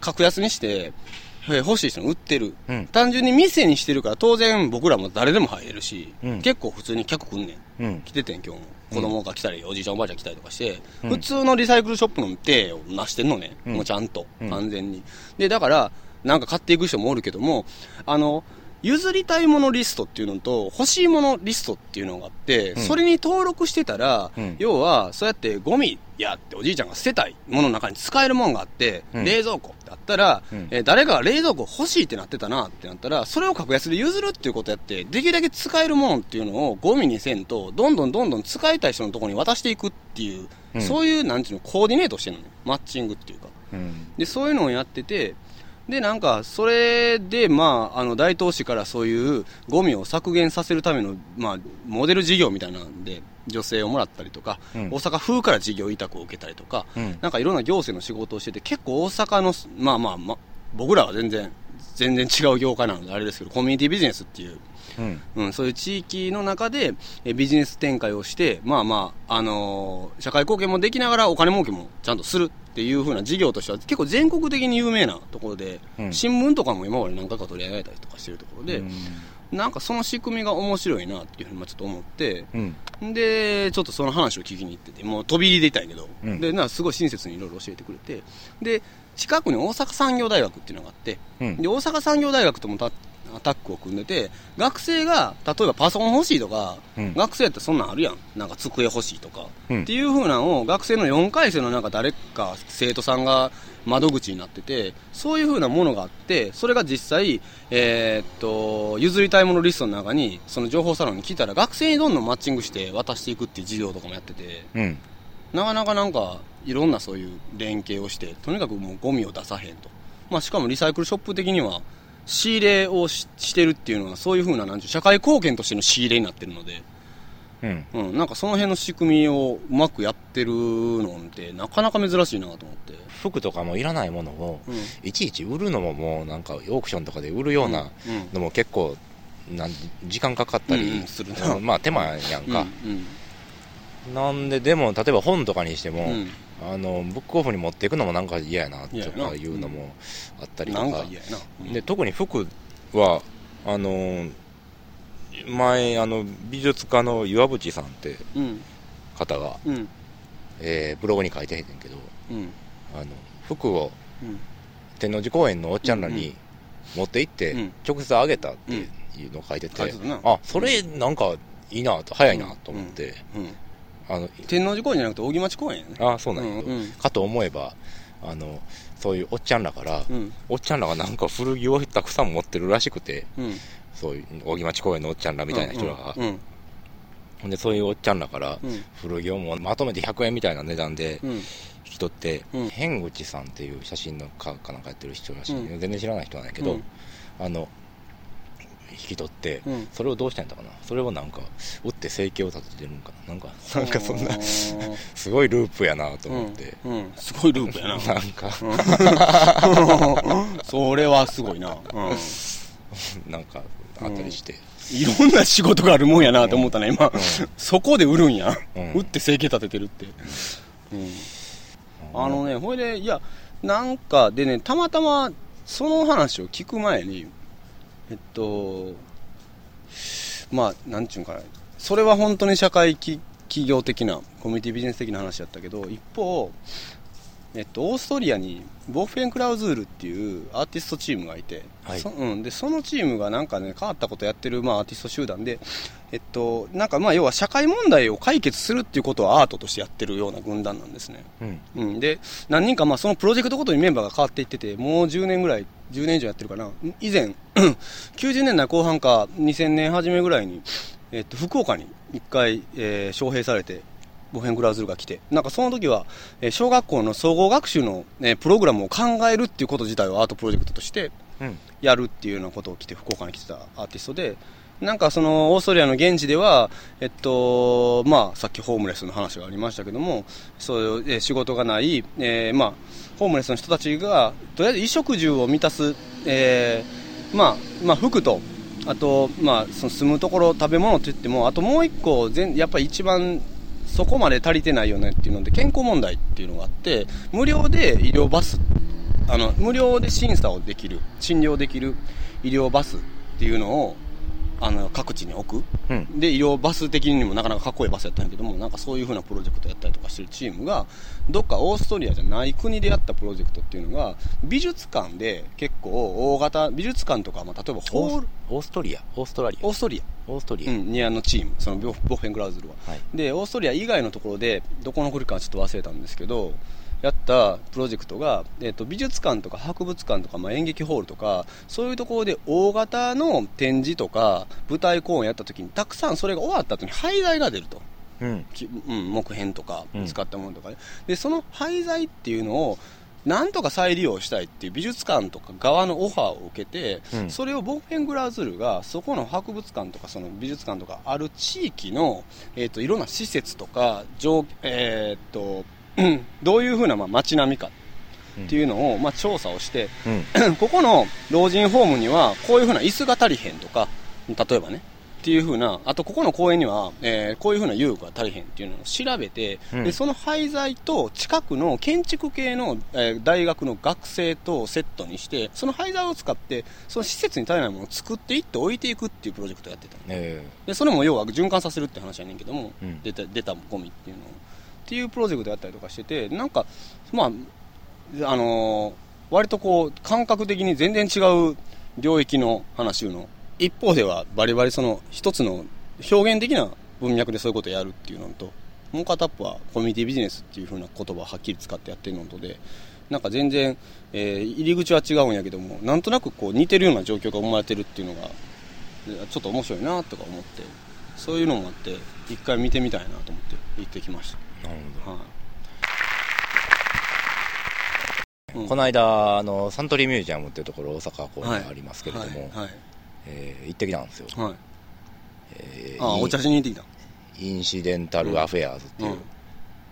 S1: 格安にして、えー欲しい人に売ってる。
S2: うん
S1: 単純に店にしてるから、当然僕らも誰でも入れるし、
S2: うん
S1: 結構普通に客来んねん。
S2: うん。
S1: 来ててん、今日も。子供が来たり、おじいちゃんおばあちゃん来たりとかして、
S2: うん
S1: 普通のリサイクルショップの手をなしてんのね。
S2: うん
S1: もうちゃんと、
S2: うん
S1: 完全に。で、だから、なんか買っていく人もおるけども、あの、譲りたいものリストっていうのと、欲しいものリストっていうのがあって、
S2: うん
S1: それに登録してたら、
S2: うん
S1: 要は、そうやってゴミやっておじいちゃんが捨てたいものの中に使えるもんがあって、
S2: うん
S1: 冷蔵庫ってあったら、
S2: うん
S1: えー誰かが冷蔵庫欲しいってなってたなってなったら、それを格安で譲るっていうことやって、できるだけ使えるものっていうのをゴミにせんと、どんどんどんどん使いたい人のところに渡していくっていう、
S2: うん
S1: そういう、なんていうの、コーディネートしてるのね。マッチングっていうか。
S2: うん。
S1: で、そういうのをやってて、で、なんか、それで、まあ、あの、大東市からそういうゴミを削減させるための、まあ、モデル事業みたいなんで、助成をもらったりとか、
S2: うん
S1: 大阪風から事業委託を受けたりとか、
S2: うん。
S1: なんかいろんな行政の仕事をしてて、結構大阪の、まあまあ、まあ、僕らは全然、全然違う業界なのであれですけど、コミュニティビジネスっていう、
S2: うん。
S1: うん、そういう地域の中でえビジネス展開をして、まあまあ、あのー社会貢献もできながらお金儲けもちゃんとするっていう風な事業としては結構全国的に有名なところで、
S2: うん
S1: 新聞とかも今まで何回か取り上げたりとかしてるところで、
S2: うん
S1: なんかその仕組みが面白いなっていうふうにまあちょっと思って、
S2: うん。
S1: で、ちょっとその話を聞きに行ってて、もう飛び入りでいたんやけど、
S2: うん
S1: で、なすごい親切にいろいろ教えてくれて、で、近くに大阪産業大学っていうのがあって、
S2: うん
S1: で、大阪産業大学ともタタッグを組んでて、学生が、例えばパソコン欲しいとか、
S2: うん
S1: 学生ってそんなんあるやん。なんか机欲しいとか、
S2: うん
S1: っていう風なのを学生の4回生のなんか誰か生徒さんが窓口になってて、そういう風なものがあって、それが実際、えーっと、譲りたいものリストの中に、その情報サロンに聞いたら学生にどんどんマッチングして渡していくっていう授業とかもやってて、
S2: うん。
S1: なかなかなんかいろんなそういう連携をしてとにかくもうゴミを出さへんと、まあ、しかもリサイクルショップ的には仕入れをししてるっていうのはそういうふうななんていう社会貢献としての仕入れになってるので、
S2: うん。
S1: うん、なんかその辺の仕組みをうまくやってるのってなかなか珍しいなと思って、
S2: 服とかもいらないものを、
S1: うん
S2: いちいち売るのももうなんかオークションとかで売るような
S1: うん
S2: のも結構なん時間かかった
S1: うん
S2: り
S1: うんするな
S2: うんまあ手間やん
S1: うん
S2: か、なんででも例えば本とかにしても、
S1: うんうん
S2: あのブックオフに持っていくのもなんか嫌やなと
S1: 嫌やな
S2: かいうのもあったりと
S1: なん
S2: か
S1: か嫌やな、うん
S2: で特に服はあの前あの美術家の岩渕さんって
S1: うん
S2: 方が、
S1: うん
S2: えーブログに書いてへんねんけど
S1: うん
S2: あの服を
S1: うん
S2: 天王寺公園のおっちゃんら
S1: うんう
S2: に
S1: ん
S2: 持って行って、
S1: うん
S2: 直接あげたっていうのを書いてて、
S1: 書いてたな
S2: あそれなんかいいなと早いなと思って、
S1: うん
S2: あの
S1: 天王寺公園じゃなくて扇町公園やね
S2: あそうなんやけど、
S1: うんうん
S2: かと思えばあのそういうおっちゃんらから、
S1: うん
S2: おっちゃんらがなんか古着をたくさん持ってるらしくて
S1: うん
S2: そういう扇町公園のおっちゃんらみたいな人らが、
S1: うんうん
S2: ほんでそういうおっちゃんらから
S1: うん
S2: 古着をもうまとめて100円みたいな値段で
S1: うん
S2: 引き取って、
S1: うん
S2: 変口さんっていう写真の家かなんかやってる人らしい、
S1: うん
S2: 全然知らない人なんやけ
S1: う
S2: ど、
S1: ん
S2: あの引き取って、
S1: うん
S2: それをどうしたんだかなそれをなんか打って生計を立ててるんかななんか なんかそんな
S1: あー
S2: すごいループやな と思って、
S1: うんうんすごいループやな
S2: なんか
S1: それはすごいな、うん
S2: なんかあったりして、
S1: いろんな仕事があるもんやなと思ったね、今、そこで売るんや、
S2: うん
S1: 売って生計立ててるって、うんあのね、ほいで、いや、なんかでね、たまたまその話を聞く前に、えっと、まあ、なんちゅうんかな、それは本当に社会き企業的な、コミュニティビジネス的な話だったけど、一方、えっと、オーストリアにボーフェンクラウズールっていうアーティストチームがいて、
S2: はい
S1: そうん、でそのチームがなんかね変わったことやってる、まあ、アーティスト集団で、えっと、なんかまあ要は社会問題を解決するっていうことをアートとしてやってるような軍団なんですね。
S2: うん
S1: うん、で何人かまあそのプロジェクトごとにメンバーが変わっていっててもう10年ぐらい10年以上やってるかなん以前 90年代後半か2000年初めぐらいに、えっと、福岡に1回、えー招聘されてボヘンクラウズルが来てなんかその時は、えー小学校の総合学習の、えープログラムを考えるっていうこと自体をアートプロジェクトとして
S2: うん
S1: やるっていうようなことを来て福岡に来てたアーティストでなんかそのオーストリアの現地では、えっとまあ、さっきホームレスの話がありましたけどもそういうえー仕事がない、えーまあ、ホームレスの人たちがとりあえず衣食住を満たす、えーまあまあ、服とあと、まあ、その住むところ食べ物といってもあともう一個全やっぱり一番そこまで足りてないよねっていうので健康問題っていうのがあって無料で医療バスあの無料で審査をできる診療できる医療バスっていうのをあの各地に置く
S2: うん
S1: で医療バス的にもなかなかかっこいいバスやったんやけどもなんかそういう風なプロジェクトやったりとかしてるチームがどっかオーストリアじゃない国でやったプロジェクトっていうのが美術館で結構大型美術館とか、まあ、例えばホ
S2: オ
S1: ール
S2: ーオーストリアオーストラリ
S1: オーストリア、
S2: アオーストリ
S1: う
S2: ア、
S1: ん、にあのチームそのボボッフェングラウズルは
S2: はい
S1: でオーストリア以外のところでどこの国かちょっと忘れたんですけどやったプロジェクトが、えっと美術館とか博物館とか、まあ、演劇ホールとかそういうところで大型の展示とか舞台公演やった時にたくさんそれが終わった後に廃材が出ると。
S2: うん
S1: きうん、木片とか
S2: うん
S1: 使ったものとかね、でその廃材っていうのをなんとか再利用したいっていう美術館とか側のオファーを受けて、
S2: うん
S1: それをボッフェングラーズルがそこの博物館とかその美術館とかある地域の、えー、といろんな施設とか上、えー、とうんどういうふうなまあ街並みかっていうのをまあ調査をして、
S2: う ん
S1: ここの老人ホームにはこういうふうな椅子が足りへんとか、例えばね、っていうふうな、あとここの公園には、えーこういうふうな遊具が足りへんっていうのを調べて、
S2: うん
S1: でその廃材と近くの建築系の、えー大学の学生とセットにして、その廃材を使って、その施設に足りないものを作っていって置いていくっていうプロジェクトをやってたの
S2: え
S1: でそれも要は循環させるって話やねんけども、
S2: うん
S1: 出た出たゴミっていうのをっていうプロジェクトやったりとかしててなんかまああのー割とこう感覚的に全然違う領域の話いうの一方ではバリバリその一つの表現的な文脈でそういうことをやるっていうのともう片っぽはコミュニティビジネスっていうふうな言葉をはっきり使ってやってるのとでなんか全然、えー入り口は違うんやけどもなんとなくこう似てるような状況が生まれてるっていうのがでちょっと面白いなとか思ってそういうのもあって一回見てみたいなと思って行ってきまし
S2: なる
S1: た、
S2: ほ
S1: はい、
S2: どこの間あのサントリーミュージアムっていうところ大阪公園がありますけれども、
S1: はい
S2: えー行ってきたんですよ、
S1: はい、はい、
S2: えー
S1: あ
S2: イン
S1: お茶しに行ってきた
S2: インシデンタルアフェアーズっていう、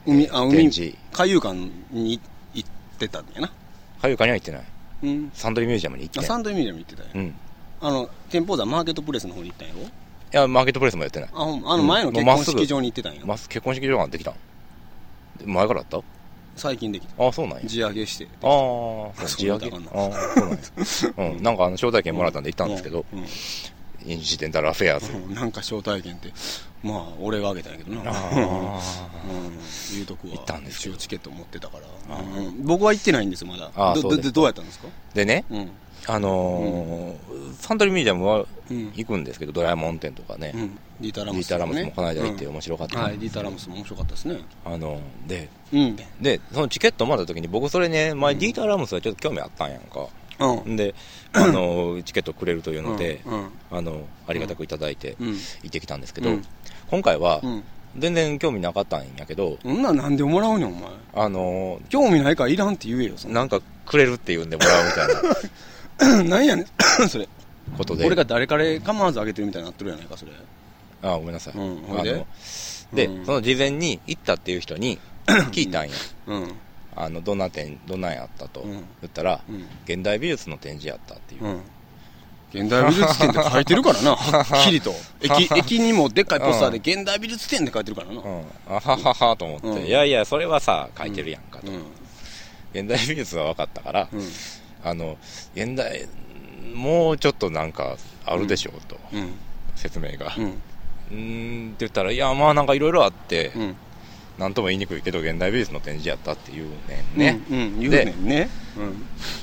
S1: うん、海あ海
S2: 展示
S1: 海遊館に行ってたんやな
S2: 海遊館には行ってない
S1: うん
S2: サントリーミュージアムに行って
S1: あサンドイミュージアム行ってたよ、
S2: うんい
S1: あの店舗座マーケットプレスの方に行ったんやろ
S2: やマーケットプレスもやってない
S1: あほんあの前の結婚式場に行ってたんや、
S2: まず結婚式場ができたんで前からあった
S1: 最近できた
S2: ああそうなんや
S1: 地上げして
S2: ああそう
S1: あ
S2: 地上げ
S1: そうなんだ
S2: ああそうなんや、うん、なんかあの招待券もらったんで行ったんですけど、
S1: うん
S2: インシデンタルアフェアーズ
S1: うんなんか招待券ってまあ俺があげたんやけどな
S2: あ
S1: うん、いうとこは
S2: 行ったんですけ
S1: 一
S2: ど
S1: 応チケット持ってたから、
S2: あー
S1: うん僕は行ってないんですよまだ
S2: あー
S1: ど
S2: そう
S1: ど
S2: ですか
S1: どうやったんですか
S2: ーでね
S1: うん
S2: あのーサントリーミュージアムは
S1: うん
S2: 行くんですけど、ドラえもん店とかね、
S1: う
S2: デ
S1: んディータ・ラ
S2: ィ
S1: ムス
S2: ーター・ラムスもこの間行って
S1: うん
S2: 面白かった、
S1: はいディータ・ラムスも面白かったですね
S2: あので
S1: うん
S2: でそのチケットもらった時に僕それね前ディーター・ラムスはちょっと興味あったんやんか、
S1: うん
S2: ん、であのチケットくれるというので、
S1: うん
S2: あのありがたくいただいて
S1: うんうん
S2: 行ってきたんですけど、
S1: うん
S2: 今回は
S1: うん
S2: 全然興味なかったんやけど、
S1: そんなんなんでもらうねんお前
S2: あの
S1: 興味ないからいらんって言えよそん な
S2: なんかくれるって言うんでもらうみたい な
S1: なんやねん それ
S2: ことで
S1: 俺が誰から構わずあげてるみたいになってるやないかそれ
S2: あごめんなさい、
S1: うんほ
S2: あ
S1: いで
S2: ので、
S1: うん
S2: その事前に行ったっていう人に聞いたんや
S1: うん
S2: あのどんな点どんなんやったと
S1: うん
S2: 言ったら、
S1: うん
S2: 現代美術の展示やったっていう、
S1: うん現代美術展って書いてるからな、はっきりと。駅、駅にもでっかいポスターで現代美術展って書いてるからな。
S2: うん、あはははと思って、
S1: うん
S2: いやいや、それはさ、書いてるやんかと、
S1: うん。
S2: 現代美術は分かったから、
S1: うん。
S2: あの、現代、もうちょっとなんかあるでしょうと、
S1: うん。
S2: 説明が。
S1: うん。
S2: うーんって言ったら、いや、まあなんかいろいろあって、
S1: うん。
S2: なんとも言いにくいけど、現代美術の展示やったっていうねんね、
S1: うん。うん言うねんね。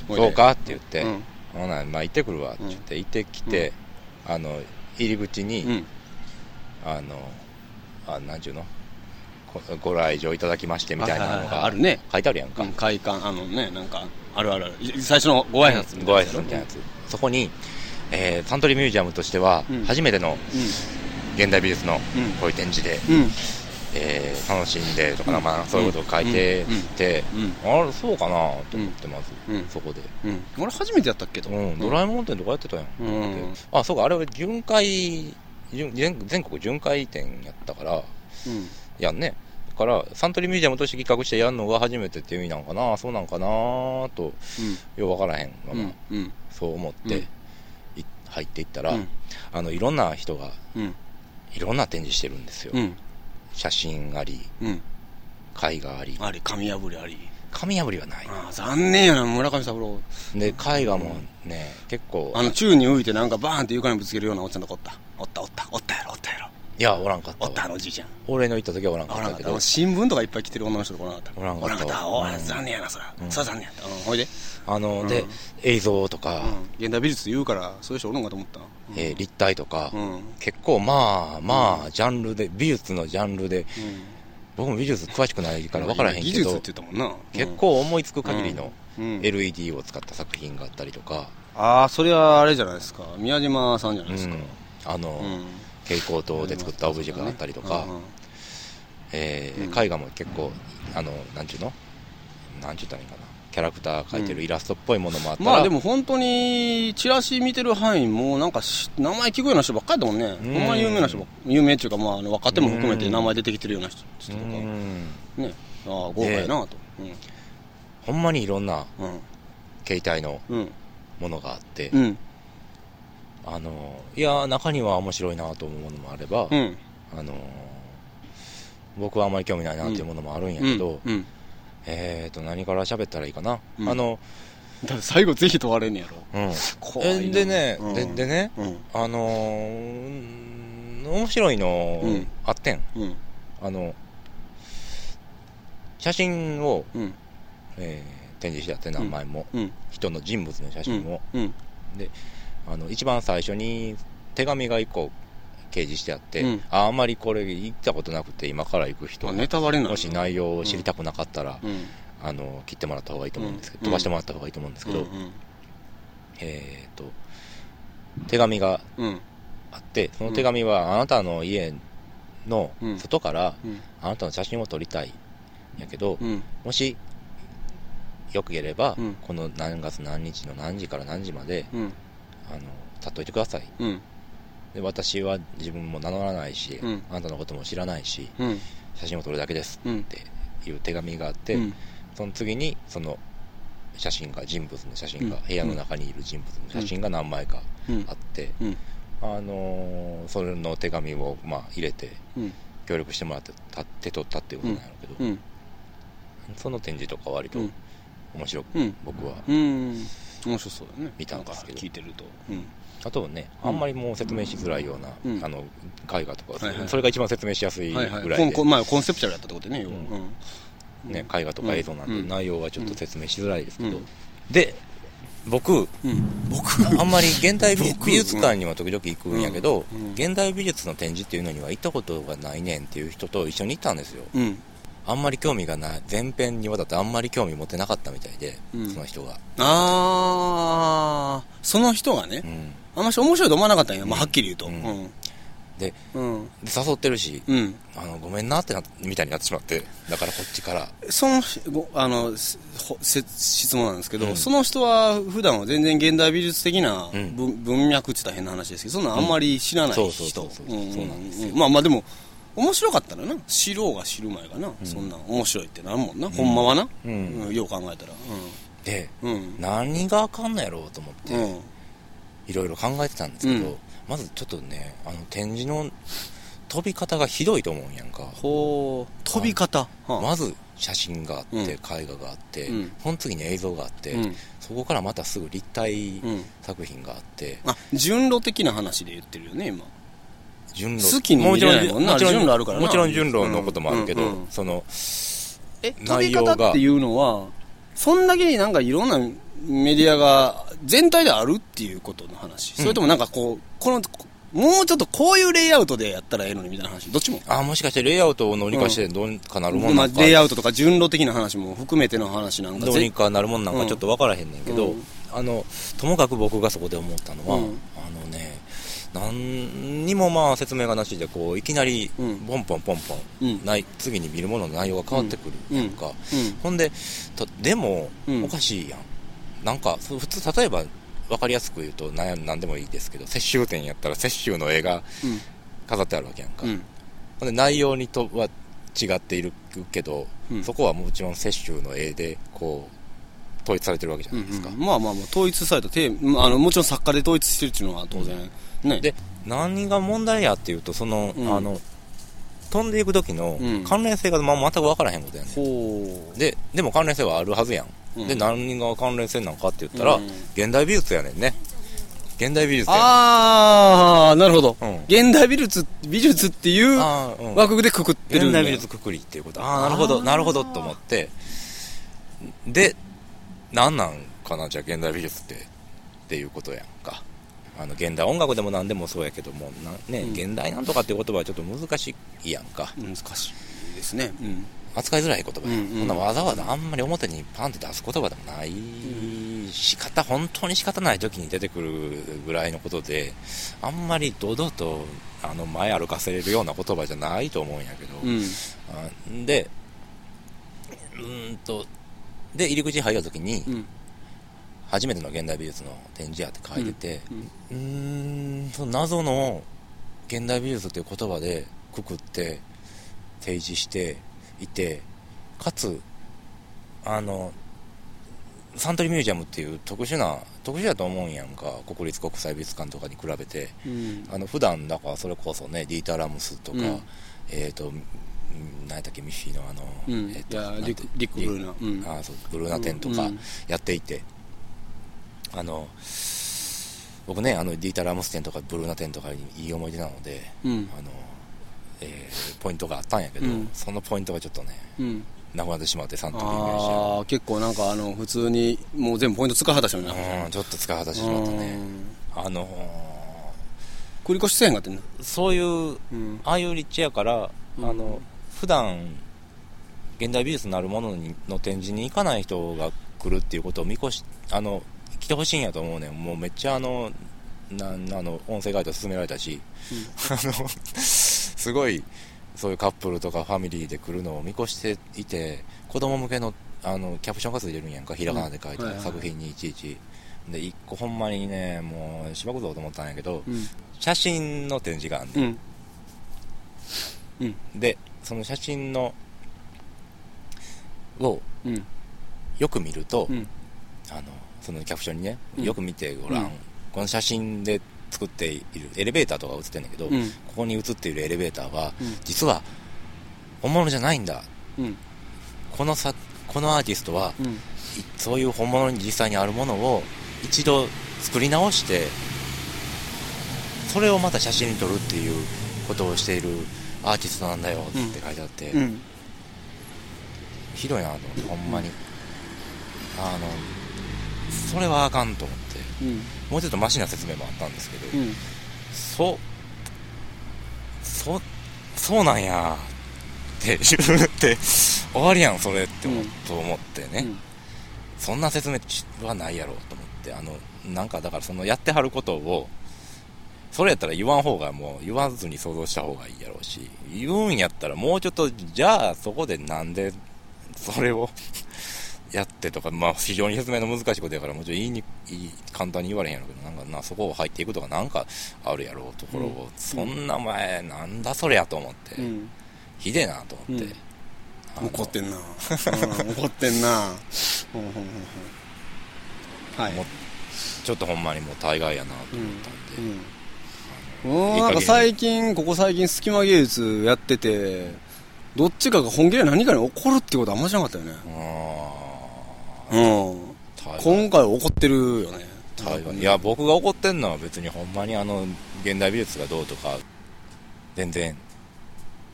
S1: うん。
S2: そうかって言って、
S1: うん。
S2: ほな、まあ行ってくるわって言って、行ってきて、あの、入り口に、
S1: うん。
S2: あの、あ、なんちゅうのこご来場いただきましてみたいなの
S1: あ
S2: が
S1: あるね
S2: 書いてあるやんか。
S1: うん会館、あのね、なんか、あるあるある。い最初のご挨拶みた
S2: ご挨
S1: いな。
S2: 拶みたいなやつ。そこに、えーサントリーミュージアムとしては
S1: うん、
S2: 初めての現代美術の
S1: うん
S2: こういう展示で、
S1: うん。うん。
S2: えー楽しんでとかな、
S1: うん
S2: まあ、そういうことを書いてて、あれ、そうかなと思ってます、
S1: うん
S2: そこで。
S1: うん。うん。俺初めてやったっけど。
S2: うん、ドラえもん展とかやってたやん。
S1: うん
S2: あ、そうか、あれは巡回、巡全全国巡回展やったから、
S1: うん。
S2: やんね。だから、サントリーミュージアムとして企画してやるのが初めてっていう意味なのかな、そうなんかなと、ようわからへんま
S1: うん。う
S2: ま
S1: ん。うん。
S2: そう思って、
S1: うん
S2: い入っていったら、
S1: うん
S2: あの、いろんな人が、
S1: うん。
S2: いろんな展示してるんですよ。
S1: うん。
S2: 写真あり、
S1: うん。
S2: 絵画あり、
S1: あり、紙破りあり。
S2: 紙破りはない。
S1: ああ、残念やな、村上三郎。
S2: で、絵画もね、結構
S1: あ、の、宙に浮いてなんかバーンって床にぶつけるようなおっちゃんとこおった。おったおった、おったやろ、おったやろ。
S2: いや、おらんかっ
S1: お
S2: たわ
S1: ったあのおじいちゃん。
S2: 俺の行った時はおらんか
S1: お
S2: っ
S1: らん
S2: た
S1: かっ
S2: け
S1: た。あ
S2: ど
S1: の、新聞とかいっぱい来てる女の人とかおらんかった。
S2: おらんかった
S1: お
S2: う
S1: らんか
S2: ん
S1: 残念やな、それ。それ残念やった。うんほいで。
S2: あの、
S1: う
S2: で
S1: ん、
S2: 映像とか
S1: う、ん。現代美術言うから、そういう人おるんかと思った。
S2: えー立体とか、
S1: うん。うん。
S2: 結構まあまあ、ジャンルで、美術のジャンルで、僕も美術詳しくないから分からへん
S1: 技
S2: け
S1: 術
S2: ど
S1: って、言ったもんな。
S2: 結構思いつく限りの
S1: うん。うん
S2: LED を使った作品があったりとか、
S1: ああ、それはあれじゃないですか。宮島さんじゃないうですか。
S2: んあの、
S1: うん。
S2: 蛍光灯で作ったオブジェがあったりとか、
S1: うんうん
S2: えー
S1: うん
S2: 絵画も結構、あの、なんちゅうのなんちゅったらいいんかな。キャラクター描いてるイラストっぽいものもあったら、
S1: まあでも本当に、チラシ見てる範囲も、なんかし名前聞くような人ばっかりだもんね。ほんまに有名な人ばっ有名っていうか、まああの、若手も含めて名前出てきてるような人
S2: う
S1: 人とか、ね。ああ、
S2: ん、
S1: 豪華やなと。
S2: ほんまにいろんな
S1: うん。
S2: 携帯の
S1: うん。
S2: ものがあって、
S1: うん。
S2: あの、いや、中には面白いなと思うものもあれば、
S1: うん。
S2: あのー僕はあまり興味ないなっていうものもあるんやけど、
S1: うん。うん
S2: えーと、何から喋ったらいいかな。
S1: うん
S2: あの、
S1: だから最後ぜひ問われんねやろ。
S2: うん。
S1: 怖い
S2: え
S1: な
S2: でね、
S1: うん
S2: で、でね、
S1: うん。
S2: あのー面白いの
S1: うん
S2: あってん。
S1: うん。
S2: あの、写真を、
S1: うん。
S2: えー展示してあって、何枚も、
S1: うん。
S2: 人の人物の写
S1: う
S2: 真
S1: ん
S2: を、。
S1: うん。
S2: あの、一番最初に手紙が一個掲示してあって、
S1: うん
S2: ああんまりこれ行ったことなくて、今から行く人
S1: まあ
S2: が、
S1: ネタバレなの
S2: もし内容を知りたくなかったら、
S1: うん。
S2: あの切ってもらった方がいいと思うんですけど、
S1: うん
S2: 飛ばしてもらった方がいいと思うんですけど、
S1: うん
S2: えっ、と手紙が
S1: うん。
S2: あってその手紙はあなたの家の
S1: うん
S2: 外から
S1: うん。
S2: あなたの写真を撮りたいんやけど、
S1: うん。
S2: もしよければ、
S1: うん
S2: この何月何日の何時から何時まで
S1: うん。
S2: あの立っといてください
S1: うん。
S2: で私は自分も名乗らないし、
S1: うん
S2: あなたのことも知らないし
S1: うん。
S2: 写真を撮るだけです
S1: うん
S2: っていう手紙があって、
S1: うん
S2: その次にその写真が人物の写真が、
S1: うん
S2: 部屋の中にいる人物の写真が何枚か
S1: うん
S2: あって、
S1: うん
S2: あのーそれの手紙を、まあ、入れて
S1: うん
S2: 協力してもらって立って取ったっていうことなんやろうけど、
S1: うん
S2: その展示とか割と
S1: うん
S2: 面白く、
S1: うん
S2: 僕は
S1: うん面白そうだね
S2: 見たんですけど
S1: な聞いてるとうん
S2: あとね
S1: うん
S2: あんまりもう説明しづらいような、
S1: うん
S2: あの絵画とか、
S1: はいはい
S2: それが一番説明しやすいぐ
S1: は
S2: らい
S1: いは
S2: で、
S1: いコンコンまあコンセプチュアルやったってことね要は
S2: うん
S1: うん
S2: ね、絵画とか映像なん
S1: う
S2: で
S1: ん
S2: 内容はちょっと説明しづらいですけど、
S1: うん
S2: で僕
S1: うん
S2: 僕あんまり現 代美
S1: 僕
S2: 美術館には時々行くんやけど、
S1: うんうん
S2: 現代美術の展示っていうのには行ったことがないねんっていう人と一緒に行ったんですよ
S1: うん
S2: あんまり興味がない前編にわたってあんまり興味持てなかったみたいで、
S1: うん
S2: その人が、
S1: ああその人がね
S2: うん、
S1: あんまし面白いと思わなかったんやまあはっきり言うと
S2: う
S1: うんん
S2: で
S1: うん
S2: で誘ってるし、
S1: うん
S2: あのごめんなってなみたいになってしまってだからこっちから
S1: そのごあのすほせ質問なんですけど、
S2: うん
S1: その人は普段は全然現代美術的な
S2: うん
S1: 文,、文脈って言ったら変な話ですけどそんなんあんまり知らない
S2: うんそう
S1: 人
S2: そうそうそうそうなんですよ
S1: まあまあでも面白かったらな知ろうが知る前がな、そんなん面白いってなるもんな、ほんまはな、
S2: う
S1: うんんよう考えたら
S2: で
S1: うんうん
S2: 何があかんのやろうと思って、
S1: うん
S2: いろいろ考えてたんですけど、
S1: うん
S2: まずちょっとねあの展示の飛び方がひどいと思うんやんか
S1: ほう飛び方はあ
S2: まず写真があって、
S1: うん
S2: 絵画があって、
S1: うん
S2: その次に映像があって、
S1: うん
S2: そこからまたすぐ立体
S1: うん
S2: 作品があって、
S1: あ順路的な話で言ってるよね今
S2: 順
S1: 好きに見れないもんな
S2: もちろん
S1: 順路あるからな
S2: もちろん順路のこともあるけど、
S1: うんうんうん
S2: その
S1: え飛
S2: 内
S1: び
S2: 容が
S1: 方っていうのはそんだけになんかいろんなメディアが全体であるっていうことの話、それともなんかこうこのもうちょっとこういうレイアウトでやったらええのにみたいな話どっちも
S2: あもしかしてレイアウトをどうにかしてどうかなるもん
S1: ま
S2: な
S1: あ、
S2: んか、
S1: レイアウトとか順路的な話も含めての話なんか
S2: どうに
S1: ぜ
S2: かなるもんなんかちょっと分からへんねんけど、
S1: うん
S2: あのともかく僕がそこで思ったのは、
S1: うん
S2: あのね何にもまあ説明がなしでこういきなり
S1: うん
S2: ポンポンポンポン、
S1: うん
S2: ない次に見るものの内容が変わってくるやんか、
S1: うん
S2: ほんでとでも、
S1: うん
S2: おかしいやんなんかそう普通例えば分かりやすく言うと何何でもいいですけど雪舟展やったら雪舟の絵が飾ってあるわけやんか、
S1: うんうん
S2: ほんで内容にとは違っているけど、
S1: うん
S2: そこはもちろん雪舟の絵でこう統一されてるわけじゃ
S1: う
S2: なんいですか、
S1: うんまあまあまあ統一されたテーマあのもちろん作家で統一してるっていうのは当然、ね
S2: で何が問題やっていうとその、
S1: うん
S2: あの飛んでいく時の
S1: うん
S2: 関連性が、まあ、全く分からへんことやねん
S1: ほう
S2: ででも関連性はあるはずやん、
S1: うん
S2: で何が関連性なんかって言ったら、
S1: うん
S2: 現代美術やねんね現代美術や
S1: ああなるほど、
S2: うん
S1: 現代美術美術っていう
S2: あーうん
S1: 枠でくくってる
S2: 現
S1: んだ
S2: 代美術くくりっていうことああなるほどなるほどと思ってで何なんかなじゃあ現代美術ってっていうことやんかあの現代音楽でも何でもそうやけどもな、ね
S1: うん
S2: 現代なんとかっていう言葉はちょっと難しいやんか
S1: 難しいですねうん
S2: 扱いづらい言葉や、
S1: うんうん
S2: そんなわざわざあんまり表にパンって出す言葉でもない、仕方本当に仕方ない時に出てくるぐらいのことであんまり堂々とあの前歩かせれるような言葉じゃないと思うんやけど、
S1: うん
S2: あで、うーんと、で、入り口に入った時に、
S1: うん
S2: 初めての現代美術の展示やって書いてて、
S1: うん
S2: うーん、その謎の現代美術という言葉でくくって、提示していて、かつ、あの、サントリーミュージアムっていう特殊な、特殊だと思うんやんか、国立国際美術館とかに比べて。
S1: うん
S2: あの普段だからそれこそねディーター・ラムスとか、
S1: うん
S2: えっ、とん何やったっけミッフィーのあの、
S1: うん
S2: えっ
S1: いや
S2: なんて
S1: リクリクブルーナうん
S2: あーそうブルーナ展とか
S1: うん
S2: やっていて、あの僕ねあのディーター・ラムス展とかブルーナ展とかにいい思い出なので、
S1: うん
S2: あのえーポイントがあったんやけど、
S1: うん
S2: そのポイントがちょっとね
S1: うん
S2: なくなってしまってサントリーミュージ
S1: ああ結構なんかあの普通にもう全部ポイント使い果たしたよ
S2: ア
S1: ね
S2: ムうんちょっと使い果たしてしまったね
S1: うん
S2: あの
S1: 繰り越しせえへんかってんな
S2: ーそういう
S1: うん
S2: ああいう立地やから、
S1: うん
S2: あの普段現代美術のあるものにの展示に行かない人が来るっていうことを見越しあの来てほしいんやと思うねんもうめっちゃあのなんあの音声ガイド勧められたし、 あのすごいそういうカップルとかファミリーで来るのを見越していて子供向けのあのキャプションがついてるんやんかひらがなで書いて
S1: うんはい
S2: る
S1: はい
S2: 作品にいちいち、で一個ほんまにねもうしばくぞと思ったんやけど、
S1: うん
S2: 写真の展示があんねん
S1: うんうん
S2: でその写真のを
S1: うん
S2: よく見ると、
S1: うん
S2: あのそのキャプションにね、
S1: うん
S2: よく見てごらん、
S1: うん
S2: この写真で作っているエレベーターとか写ってるんだけど、
S1: うん
S2: ここに写っているエレベーターは、
S1: うん
S2: 実は本物じゃないんだ
S1: うん
S2: このさこのアーティストは、
S1: うん
S2: いそういう本物に実際にあるものを一度作り直してそれをまた写真に撮るっていうことをしているアーティストなんだよって書いてあって、
S1: うん
S2: ひどいなと思ってほんまに、あのそれはあかんと思って
S1: うん
S2: もうちょっとマシな説明もあったんですけど、
S1: うん
S2: そうそそうなんやって言って終わりやんそれって思,、
S1: うん
S2: と思ってね、そんな説明はないやろと思ってあのなんかだからそのやってはることをそれやったら言わん方がもう言わずに想像した方がいいやろうし言うんやったらもうちょっとじゃあそこでなんでそれを やってとかまあ非常に説明の難しいことやからもちろん言いに言い簡単に言われへんやろうけどなんかなそこを入っていくとかなんかあるやろうところを、そんな前なんだそれやと思って、
S1: うん
S2: ひでえなと思って、
S1: うん
S2: あの
S1: 怒ってんなうん怒ってんなほんほんほんほんは
S2: 思っ
S1: い
S2: ちょっとほんまにもう大概やなと思ったんで、
S1: うん、もうなんか最近ここ最近隙間芸術やっててどっちかが本気で何かに怒るってことあんましなかったよね
S2: あ
S1: うん
S2: ー大概
S1: 今回怒ってるよね
S2: 大概いや僕が怒ってんのは別にほんまにあの現代美術がどうとか全然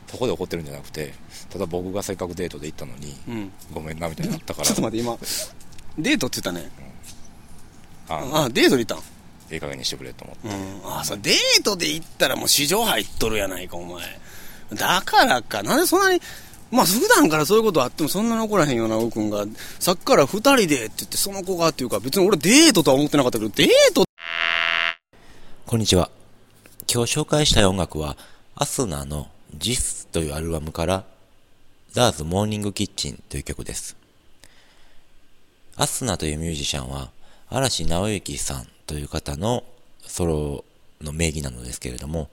S2: そこで怒ってるんじゃなくてただ僕がせっかくデートで行ったのに
S1: うん
S2: ごめんなみたいになったから
S1: ちょっと待って今デートって言ったね
S2: あの
S1: あデートで行っ
S2: ええ加減にしてくれと思って
S1: たんうんあそうデートで行ったらもう市場入っとるやないかお前だからかなんでそんなにまあ普段からそういうことあってもそんなに怒らへんよな奥君がさっきから二人でって言ってその子がっていうか別に俺デートとは思ってなかったけどデート
S3: こんにちは。今日紹介したい音楽は、アスナの JIS というアルバムから、ダーズモーニングキッチンという曲です。アスナというミュージシャンは、嵐直之さんという方のソロの名義なのですけれども、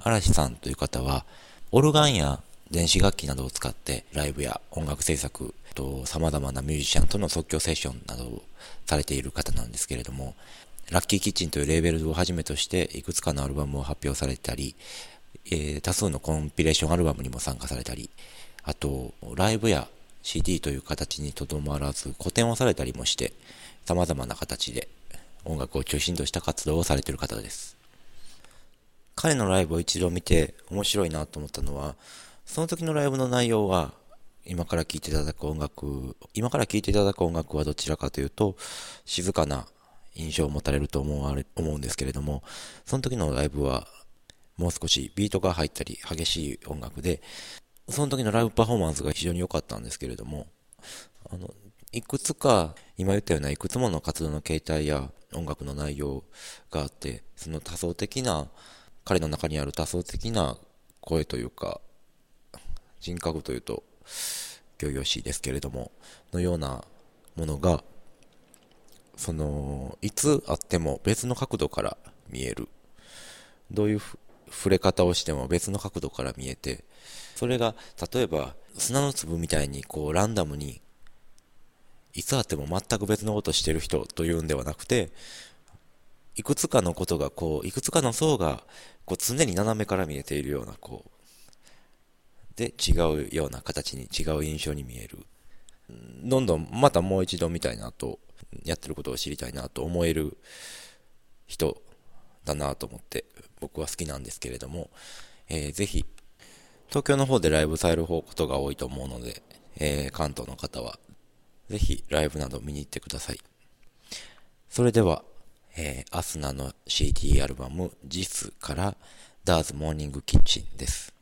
S3: 嵐さんという方は、オルガンや電子楽器などを使って、ライブや音楽制作と様々なミュージシャンとの即興セッションなどをされている方なんですけれども、ラッキーキッチンというレーベルをはじめとして、いくつかのアルバムを発表されたり、えー多数のコンピレーションアルバムにも参加されたり、あと、ライブや CD という形にとどまらず、個展をされたりもして、様々な形で音楽を中心とした活動をされている方です。彼のライブを一度見て面白いなと思ったのは、その時のライブの内容は、今から聴いていただく音楽、今から聴いていただく音楽はどちらかというと、静かな印象を持たれると思われ思うんですけれども、その時のライブは、もう少しビートが入ったり、激しい音楽で、その時のライブパフォーマンスが非常に良かったんですけれども、あの、いくつか、今言ったようないくつもの活動の形態や音楽の内容があって、その多層的な、彼の中にある多層的な声というか、人格というと、仰々しいですけれども、のようなものが、その、いつあっても別の角度から見える。どういうふ触れ方をしても別の角度から見えて、それが、例えば、砂の粒みたいに、こう、ランダムに、いつあっても全く別のことしてる人というんではなくて、いくつかのことが、こう、いくつかの層が、こう、常に斜めから見えているような、こう、で、違うような形に、違う印象に見える。うんどんどん、またもう一度見たいなと、やってることを知りたいなと思える人だなと思って、僕は好きなんですけれども、えーぜひ、東京の方でライブされる方ことが多いと思うので、えー関東の方は、ぜひライブなど見に行ってください。それでは、えーアスナの CD アルバム JIS から、ダーズモーニングキッチンです。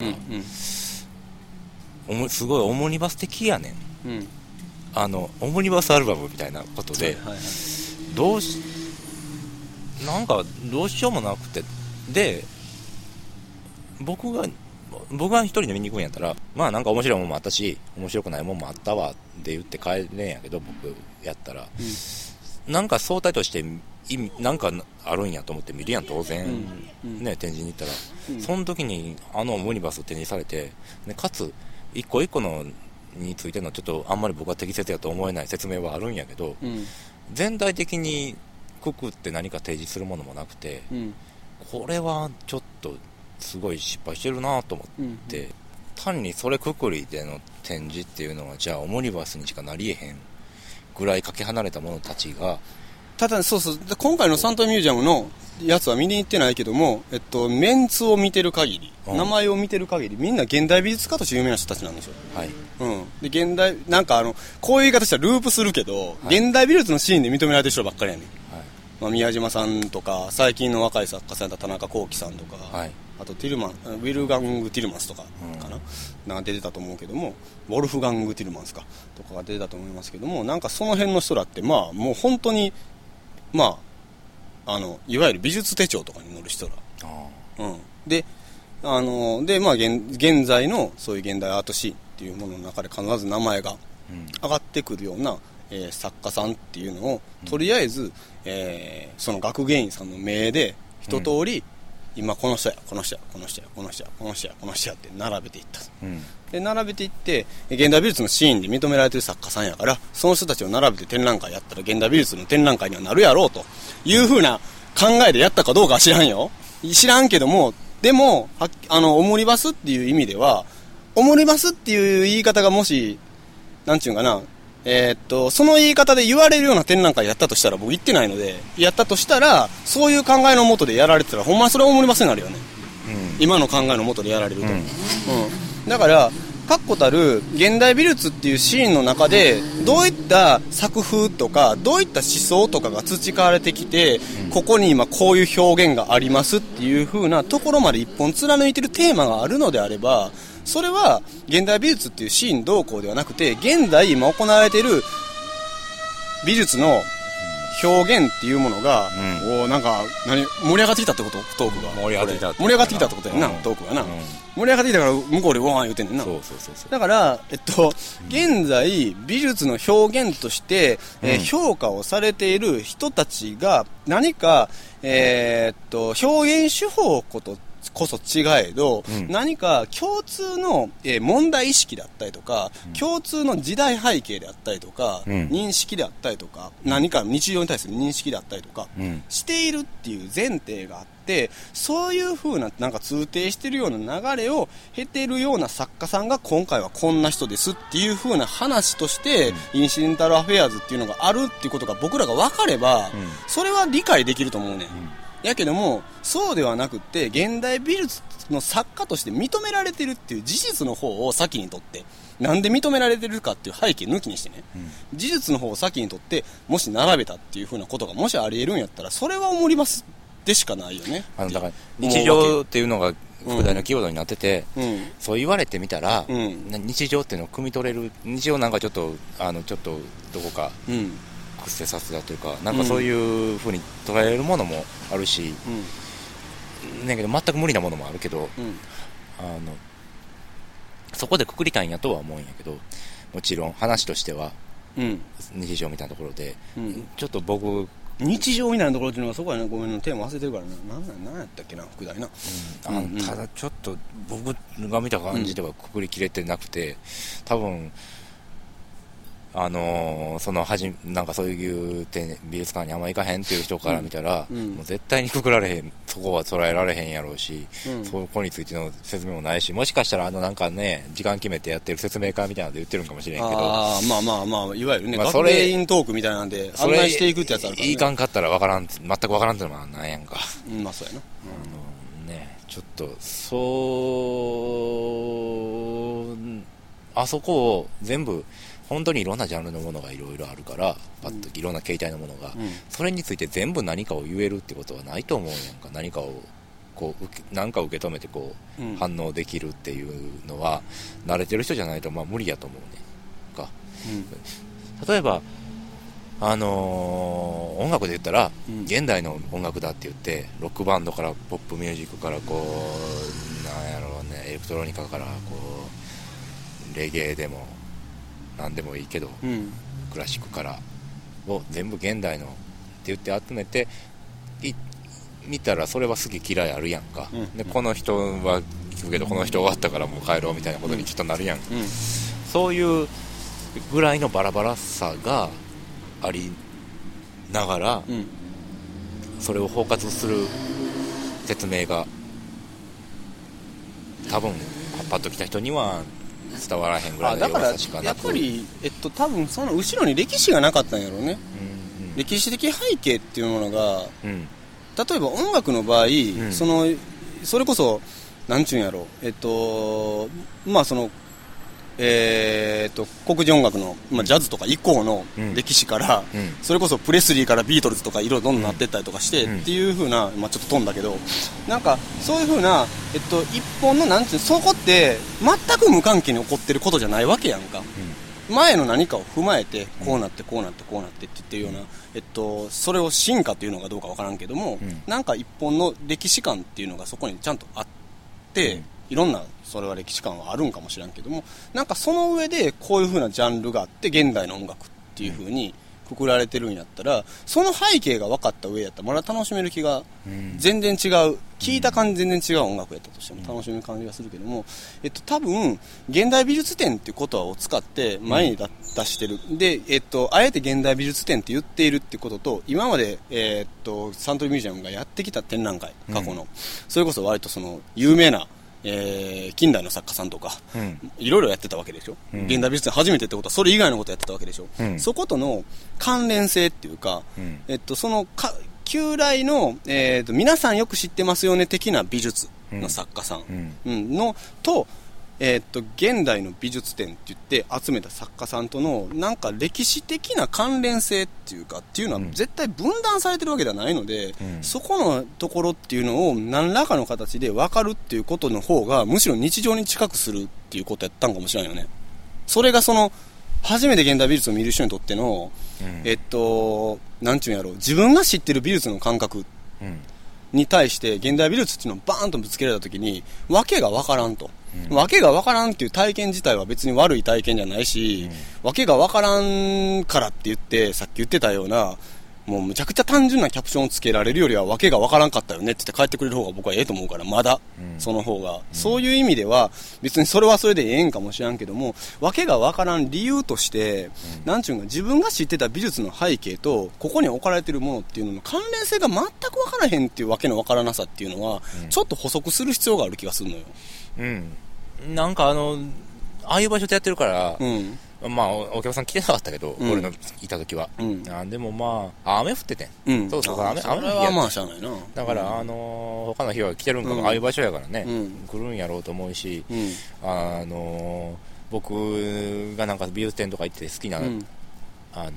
S1: うん
S2: おもすごいオモニバス的やねん
S1: うん
S2: あのオモニバスアルバムみたいなことで、
S1: はいはい
S2: どうしなんかどうしようもなくてで僕が僕が一人で見に行くんやったらまあなんか面白いもんもあったし面白くないもんもあったわって言って帰れんやけど僕やったら、なんか相対として意味なんかあるんやと思って見るやん当然、
S1: うん
S2: ね展示に行ったら、
S1: うん
S2: その時にあのモニバスを展示されて、ね、かつ一個一個のについてのちょっとあんまり僕は適切やと思えない説明はあるんやけど、
S1: うん
S2: 全体的にククって何か提示するものもなくて
S1: うん
S2: これはちょっとすごい失敗してるなと思
S1: うん
S2: っ、て単にそれくくりでの展示っていうのはじゃあオモニバスにしかなりえへんぐらいかけ離れた者たちが
S1: ただそうそうで今回のサントリーミュージアムのやつは見に行ってないけども、えっと、メンツを見てる限り、
S2: うん
S1: 名前を見てる限りみんな現代美術家として有名な人たちなんですよ
S2: はい
S1: うん、で現代なんかあのこういう言い方したらループするけど、
S2: はい
S1: 現代美術のシーンで認められてる人ばっかりやねん、
S2: はい
S1: まあ、宮島さんとか最近の若い作家さんだったら田中幸喜さんとか、
S2: はい
S1: あとティルマンウィルガング・ティルマンスとかかな,、なんか出てたと思うけどもウォルフガング・ティルマンスかとかが出てたと思いますけどもなんかその辺の人らってまあもう本当にまああのいわゆる美術手帳とかに載る人ら
S2: あ
S1: うん、であので、まあ、現現在のそういう現代アートシーンっていうものの中で必ず名前が
S2: ーうん
S1: 上がってくるような、えー作家さんっていうのをとりあえず、えーその学芸員さんの名で一通り、今この人やこの人やこの人やこの人やこの人やこの人やって並べていった
S2: うん
S1: で並べていって現代美術のシーンで認められてる作家さんやからその人たちを並べて展覧会やったら現代美術の展覧会にはなるやろうというふうな考えでやったかどうかは知らんよ知らんけどもでもはっあのオモリバスっていう意味ではオモリバスっていう言い方がもしなんちゅうんかなえーっとその言い方で言われるような展覧会やったとしたら僕言ってないのでやったとしたらそういう考えのもとでやられてたらほんまにそれはオモリバスになるよね今の考えのもとでやられると、
S2: う
S1: うんんだから確固たる現代美術っていうシーンの中でどういった作風とかどういった思想とかが培われてきて、ここに今こういう表現がありますっていう風なところまで一本貫いてるテーマがあるのであればそれは現代美術っていうシーン動向ではなくて現代今行われてる美術の表現っていうものが、
S2: う
S1: おーなんか何盛り上がってきたってことトークが
S2: 盛り上がってきたってこと
S1: 盛り
S2: やな
S1: 上がってきたってことやな、
S2: うん
S1: トークがな、
S2: うん
S1: 盛り上がってきたから向こうでわーん言うてんねんな
S2: そうそうそうそう
S1: だから、えっと、現在美術の表現として、えー
S2: うん
S1: 評価をされている人たちが何か、えーっと表現手法ことこそ違えど、
S2: うん
S1: 何か共通の、えー問題意識だったりとか、共通の時代背景であったりとか、
S2: うん
S1: 認識であったりとか何か日常に対する認識だったりとか、
S2: うん
S1: しているっていう前提があってそういう風ななんか通底してるような流れを経てるような作家さんが今回はこんな人ですっていう風な話として、インシデンタルアフェアーズっていうのがあるっていうことが僕らが分かれば、
S2: ん
S1: それは理解できると思うね、んやけどもそうではなくって現代美術の作家として認められてるっていう事実の方を先にとってなんで認められてるかっていう背景抜きにしてね、事実の方を先にとってもし並べたっていうふうなことがもしありえるんやったらそれは思りますでしかないよね
S2: あのだから
S1: 思うわけ
S2: 日常っていうのが副題のキーワードになってて、
S1: うん
S2: そう言われてみたら、
S1: うん
S2: な日常っていうのを汲み取れる日常なんかちょっとあのちょっとどこか
S1: うんうん
S2: 癖させたというかなんかそういうふうに捉えるものもあるし、ねんけど全く無理なものもあるけど
S1: うん
S2: あのそこでくくりたいんやとは思うんやけどもちろん話としては
S1: うん
S2: 日常みたいなところで、
S1: うん
S2: ちょっと僕
S1: 日常みたいなところっていうのがそこやねごめんなテーマ忘れてるからななんなんなんやったっけな副題な
S2: あの
S1: うんうん
S2: ただちょっと僕が見た感じではくくりきれてなくて、多分あのーそのはじなんかそういう展美術館にあんま行かへんっていう人から見たら、
S1: うんうん
S2: もう絶対にくくられへんそこは捉えられへんやろうし、
S1: うん
S2: そこについての説明もないしもしかしたらあのなんかね時間決めてやってる説明会みたいなので言ってるんかもしれんけど
S1: ああまあまあまあいわゆるね、
S2: まあそ
S1: 学
S2: れ
S1: 芸員トークみたいなんで案内していくってやつあるから、ね、
S2: いかんかったらわからん全くわからんってのもなんやんか。
S1: うんまあそうやな
S2: あのねちょっとそうあそこを全部本当にいろんなジャンルのものがいろいろあるからパッといろんな携帯のものが、
S1: うん
S2: それについて全部何かを言えるってことはないと思うやんか何かをこう受けなんか受け止めてこう、
S1: うん
S2: 反応できるっていうのは慣れてる人じゃないとまあ無理やと思うねか例えばあのー音楽で言ったら、
S1: うん
S2: 現代の音楽だって言ってロックバンドからポップミュージックからこうなんやろうねエレクトロニカからこうレゲエでも何でもいいけど、
S1: うんうん
S2: クラシックからを全部現代のって言って集めてい見たらそれは好き嫌いあるやんか、
S1: うん
S2: でこの人は聞くけどこの人終わったからもう帰ろうみたいなことにきっとなるやん、
S1: うん
S2: そういうぐらいのバラバラさがありながら
S1: うん
S2: それを包括する説明が多分パッと来た人には伝わらへんぐら
S1: あ
S2: いの
S1: だから
S2: 弱さしか
S1: や
S2: な
S1: っ
S2: く
S1: ぱり、えっと、多分その後ろに歴史がなかったんやろうね歴史的背景っていうものが
S2: うんうん
S1: 例えば音楽の場合、
S2: ん
S1: そのそれこそなんちゅうんやろえっとまあそのえーっと黒人音楽の、まあ、ジャズとか以降の
S2: うん
S1: 歴史から、
S2: うん
S1: それこそプレスリーからビートルズとかいろいろどんどんなってったりとかして、
S2: うん
S1: っていう風な、まあ、ちょっと飛んだけどなんかそういう風な、えっと、一本のなんちゅうそこって全く無関係に起こってることじゃないわけやんか、前の何かを踏まえてこうなってこうなってこうなってって言ってるような、えっと、それを進化というのかどうかわからんけども、
S2: うん
S1: なんか一本の歴史観っていうのがそこにちゃんとあって、
S2: うん
S1: いろんなそれは歴史観はあるんかもしれんけどもなんかその上でこういう風なジャンルがあって現代の音楽っていう風にくくられてるんやったらその背景が分かった上やったらまだ楽しめる気が
S2: うん
S1: 全然違う聞いた感じ全然違う音楽やったとしても楽しむ感じがするけども、えっと、多分現代美術展っていう言葉を使って前に出出してる、で、えっと、あえて現代美術展って言っているってことと今まで、えっとサントリーミュージアムがやってきた展覧会過去の、それこそ割とその有名な、えー近代の作家さんとか
S2: うん
S1: いろいろやってたわけでしょ、
S2: うん
S1: 現代美術展初めてってことはそれ以外のことやってたわけでしょ、
S2: うん
S1: そことの関連性っていうか、
S2: うん
S1: えっと、そのか旧来の、えーと皆さんよく知ってますよね的な美術の作家さん、
S2: うん
S1: うんのと,、えー、と現代の美術展って言って集めた作家さんとのなんか歴史的な関連性っていうかっていうのは
S2: うん
S1: 絶対分断されてるわけではないので、
S2: うん
S1: そこのところっていうのを何らかの形で分かるっていうことの方がむしろ日常に近くするっていうことやったんかもしれないよね。それがその初めて現代美術を見る人にとっての、
S2: うん
S1: えっと、なんちゅうんやろう、自分が知ってる美術の感覚
S2: うん
S1: に対して現代美術っていうのをバーンとぶつけられた時に訳が分からんと、
S2: うん
S1: 訳が分からんっていう体験自体は別に悪い体験じゃないし、訳が分からんからって言ってさっき言ってたようなもうむちゃくちゃ単純なキャプションをつけられるよりは訳が分からんかったよねって言って帰ってくれる方が僕はええと思うからまだ、
S2: うん
S1: その方が、そういう意味では別にそれはそれでええんかもしらんけども訳が分からん理由として、なんちゅうんか自分が知ってた美術の背景とここに置かれてるものっていうのの関連性が全く分からへんっていうわけの分からなさっていうのは、ちょっと補足する必要がある気がするのよ。
S2: うん、なんかあの、ああいう場所でやってるから
S1: う、ん
S2: まあおお客さん来てなかったけど、
S1: うん
S2: 俺のいた時は、
S1: うん
S2: あでもまあ、雨降っててん、
S1: うん、
S2: そうそう
S1: あ
S2: 雨
S1: それ
S2: 雨の日や
S1: は
S2: った
S1: まあしゃあないな。
S2: だから、あのー他の日は来てるんかも、
S1: うん
S2: ああいう場所やからね、
S1: うん
S2: 来るんやろうと思うし、
S1: うん
S2: あのー僕がなんか美術展とか行って好きな、
S1: うん
S2: あのー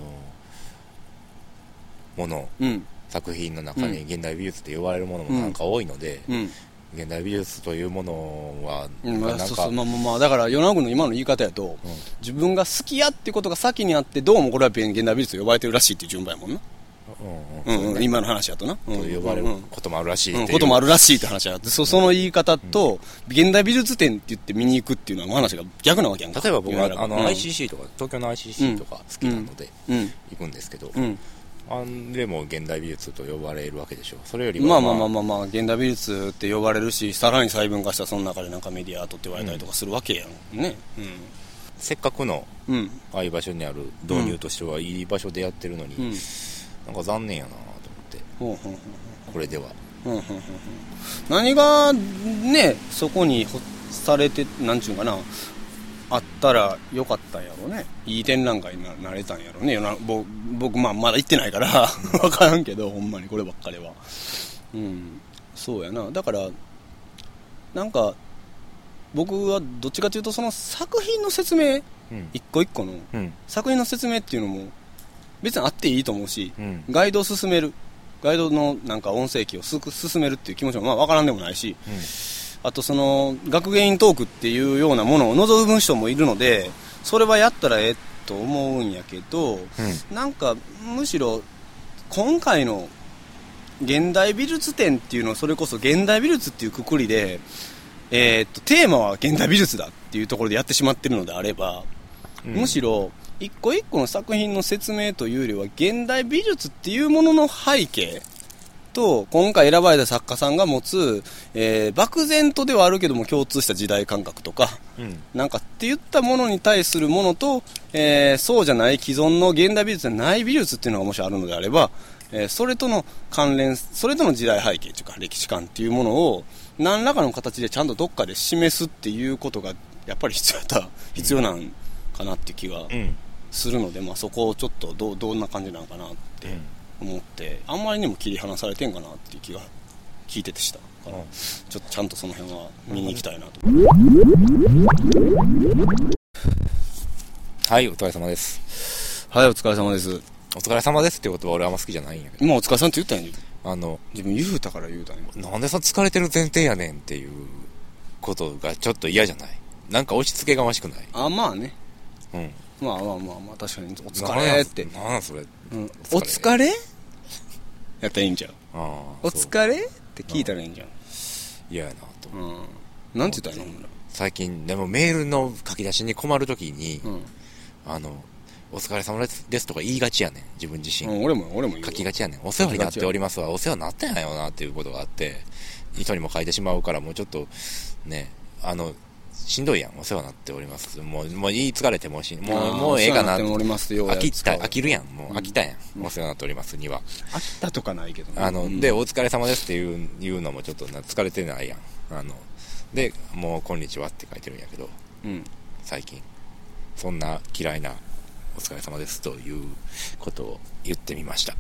S2: もの、
S1: うん
S2: 作品の中に
S1: う
S2: 現代美術って言われるものもなんか多いので、
S1: うん
S2: 現代美術というものは、
S1: うんま
S2: な
S1: あ、
S2: んか
S1: そうそうまあまあまあだから米子君の今の言い方やと、
S2: うん
S1: 自分が好きやってことが先にあってどうもこれは現代美術と呼ばれてるらしいっていう順番やもんな、
S2: う
S1: うんんうん、今の話やとな、うん
S2: と呼ばれる
S1: うんうん
S2: こともあるらしいっ
S1: うん
S2: ていう
S1: こともあるらしいって話やってそその言い方と、現代美術展って言って見に行くっていうのは話が逆なわけやんか
S2: 例えば僕はあの
S1: うん
S2: ICC とか東京の ICC とか好きなので
S1: うん
S2: 行くんですけど、
S1: うん
S2: あんでも現代美術と呼ばれるわけでしょそれより
S1: ま
S2: は
S1: あまあまあまあまあ現代美術って呼ばれるしさらに細分化したその中でなんかメディアアートって言われたりとかするわけやんね
S2: せっかくの
S1: うんうん
S2: ああいう場所にある導入としてはいい場所でやってるのに、
S1: うん
S2: なんか残念やなと思って
S1: ほうほうほう
S2: これでは
S1: うんうんうんうん何がねそこにほされてなんちゅうかなあったらよかったんやろうねいい展覧会にななれたんやろうねよなぼ僕まあまだ行ってないから 分からんけどほんまにこればっかりはうんそうやなだからなんか僕はどっちかというとその作品の説明
S2: うん
S1: 一個一個の
S2: うん
S1: 作品の説明っていうのも別にあっていいと思うし
S2: うん
S1: ガイドを進めるガイドのなんか音声機をすく進めるっていう気持ちもまあ分からんでもないし、あとその学芸員トークっていうようなものを望む人もいるのでそれはやったらええと思うんやけど、なんかむしろ今回の現代美術展っていうのはそれこそ現代美術っていうくくりで、えーっとテーマは現代美術だっていうところでやってしまってるのであれば、むしろ一個一個の作品の説明というよりは現代美術っていうものの背景と今回選ばれた作家さんが持つ、えー漠然とではあるけども共通した時代感覚とか、
S2: うん
S1: なんかって言ったものに対するものと、えーそうじゃない既存の現代美術じゃない美術っていうのがもしあるのであれば、えーそれとの関連、それとの時代背景というか歴史観っていうものを何らかの形でちゃんとどっかで示すっていうことがやっぱり必要だった、必要なんかなって気が
S2: うん
S1: するので、まあそこをちょっとどうどんな感じなのかなって思って、あんまりにも切り離されてんかなっていう気が聞いててしたから、
S2: うん
S1: ちょっとちゃんとその辺は見に行きたいなと。
S2: はいお疲れ様です
S1: はい、お疲れ様です。
S2: お疲れ様ですっていう言葉俺あんま好きじゃないんやけど
S1: 今お疲れさんって言ったんや
S2: あの
S1: 自分言うたから言うたんや
S2: なんでさ疲れてる前提やねんっていうことがちょっと嫌じゃないなんか押し付けがましくない
S1: あまあね
S2: うん
S1: まあまあまあまあ確かにお疲
S2: なん
S1: れ
S2: や
S1: って、
S2: なんやそれ
S1: うん、
S2: お
S1: お
S2: 疲
S1: 疲れやったらいいんじゃん
S2: ああ
S1: お疲れって聞いたらいいんじゃん
S2: 嫌やなと
S1: うんなんて言ったらいいのほんなら
S2: 最近でもメールの書き出しに困るときに、
S1: うん
S2: あのお疲れ様ですですとか言いがちやねん自分自身、
S1: うん、俺も俺も言う
S2: 書きがちやねんお世話になっておりますわお世話になってないよなっていうことがあって人にも書いてしまうからもうちょっとねあのしんどいやんお世話になっておりますもうもう言い疲れてもうしもうもうええかな
S1: っておりますってようや
S2: 飽きた
S1: 使う
S2: 飽きるやんもう飽きたやん、お世話になっておりますには
S1: 飽きたとかないけどね
S2: あの、
S1: うん
S2: で、お疲れ様ですっていう言うのもちょっとな疲れてないやん。あの、で、もう、こんにちはって書いてるんやけど、
S1: うん
S2: 最近。そんな嫌いな、お疲れ様ですということを言ってみました。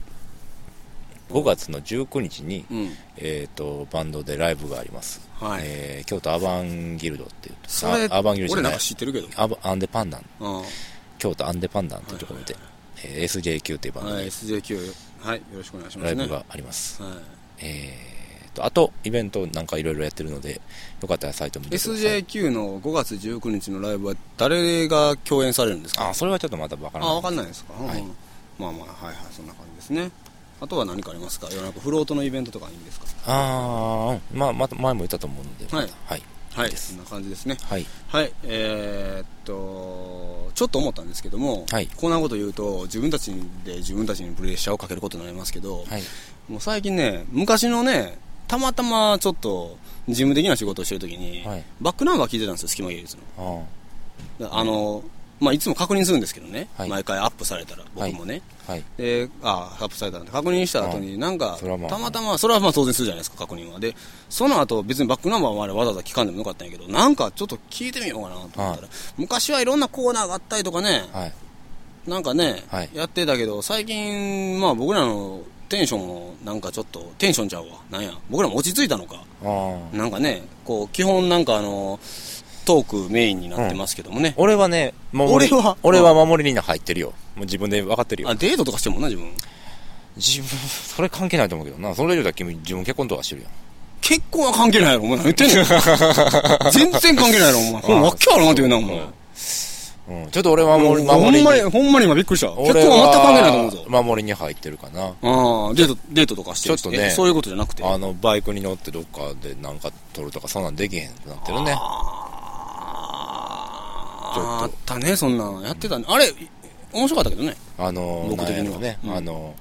S2: 5月の19日に、
S1: うん
S2: えっ、と、バンドでライブがあります。
S1: はい
S2: えー京都アバンギルドっていうと
S1: それ
S2: あアバンギルド
S1: 俺
S2: じゃ
S1: な
S2: なんい
S1: か。知ってるけど
S2: アバアンデパンダン、
S1: うん
S2: 京都アンデパンダンっていうところで、えー SJQ っていうバンド
S1: はい
S2: で
S1: SJQ はいよろしくお願いしま
S2: ラ
S1: す
S2: イ
S1: ね
S2: ブがあります。
S1: は
S2: えー、と、あと、イベントなんかいろいろやってるので、よかったらサイト見
S1: い
S2: てください。
S1: SJQ の5月19日のライブは誰が共演されるんですか
S2: あ、それはちょっとまだわからない。
S1: あ、わかんないですか。うん
S2: はい
S1: まあまあ、はいはい、そんな感じですね。あとは何かありますか世の中フロートのイベントとかいいんですか
S2: あーまあ、また前も言ったと思うので、
S1: はい
S2: はい。
S1: はいい。そんな感じですね。
S2: はい。
S1: はい。えーっと、ちょっと思ったんですけども、
S2: はい
S1: こんなこと言うと、自分たちで自分たちにプレッシャーをかけることになりますけど、
S2: はい。
S1: もう最近ね、昔のね、たまたまちょっと、事務的な仕事をしてるときに、
S2: はい
S1: バックナンバー聞いてたんですよ、隙間芸術の。
S2: あー
S1: あの、まあ、いつも確認するんですけどね、
S2: はい
S1: 毎回アップされたら、僕もね。
S2: はい。
S1: で、あ、アップされたんで、確認した後に、なんか
S2: それは、まあ
S1: たまたま、それはまあ当然するじゃないですか、確認は。で、その後、別にバックナンバーはわざわざ聞かんでもよかったんやけど、なんかちょっと聞いてみようかなと思ったら、
S2: はい
S1: 昔はいろんなコーナーがあったりとかね、
S2: はい。
S1: なんかね、
S2: はい
S1: やってたけど、最近、まあ僕らのテンションも、なんかちょっと、テンションちゃうわ。なんや、僕らも落ち着いたのか。
S2: あー
S1: なんかね、こう、基本なんかあの、トークメインになってますけどもね。
S2: 俺はね、守り
S1: 俺は
S2: 俺は守りに入ってるよ。もう自分で分かってるよ
S1: あ、。デートとかしてもんな、自分。
S2: 自分、それ関係ないと思うけどな。それよりは君、自分結婚とかしてるやん。
S1: 結婚は関係ないやろ、お前。何言ってん ねん。全然関係ないやろ、お前。ほんわけあるなって言うな、お前。
S2: うん。ちょっと俺は守り、
S1: ほ
S2: 守り
S1: ん
S2: に。
S1: まに、ほんまに今びっくりした。結婚
S2: 俺
S1: は全く関係ないと思うぞ。
S2: は守りに入ってるかな。
S1: ああ、デート、デートとかしてる
S2: ちょっとね
S1: えそういうことじゃなくて。
S2: あの、バイクに乗ってどっかでなんか撮るとか、そんなんできへんくなってるね。
S1: あ
S2: ちょっと
S1: ーあったね、そんなのやってたね。あれ、面白かったけどね。
S2: あの、
S1: 僕的には
S2: なんやろね、
S1: うん
S2: あの、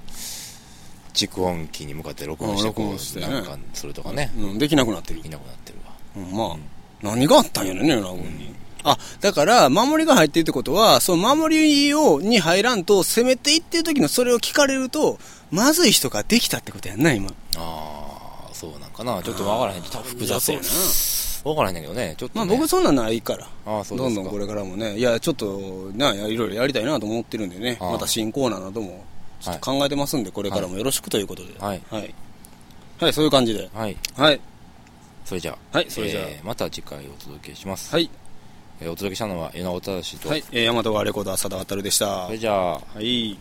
S2: 蓄音機に向かって録音して、
S1: あ録
S2: こ
S1: 音し
S2: う、
S1: てね
S2: なんかするとかね、
S1: うん、できなくなってる
S2: い。なくなってるわ。
S1: うんまあ、何があったんやろね、ラゴンに。あ、だから、守りが入ってるってことは、その守りを、に入らんと、攻めていってる時のそれを聞かれると、まずい人ができたってことやんな、今。
S2: ああ、そうなんかな。ちょっとわからへん。多分複雑
S1: そう
S2: や
S1: やな。
S2: わからへんねんけどね、ちょっ
S1: ま
S2: と
S1: あ
S2: ね。
S1: 僕そんなんないから。
S2: ああそうで
S1: ど
S2: す
S1: ん
S2: か
S1: どんこれからもね、いや、ちょっと、な、いろいろやりたいなと思ってるんでね、
S2: ああ
S1: また新コーナーなども、ちょっと考えてますんで、これからもよろしくということで。
S2: はい
S1: はい。はい、そういう感じで。
S2: はい。
S1: はい。
S2: それじゃあ、
S1: はいそれじゃあ
S2: えーまた次回お届けします。
S1: はい。
S2: えーお届けしたのは、えなおただしと。
S1: はい。えー、大和川レコーダー、佐田渉でした。
S2: そ
S1: は
S2: れじゃあ、
S1: い。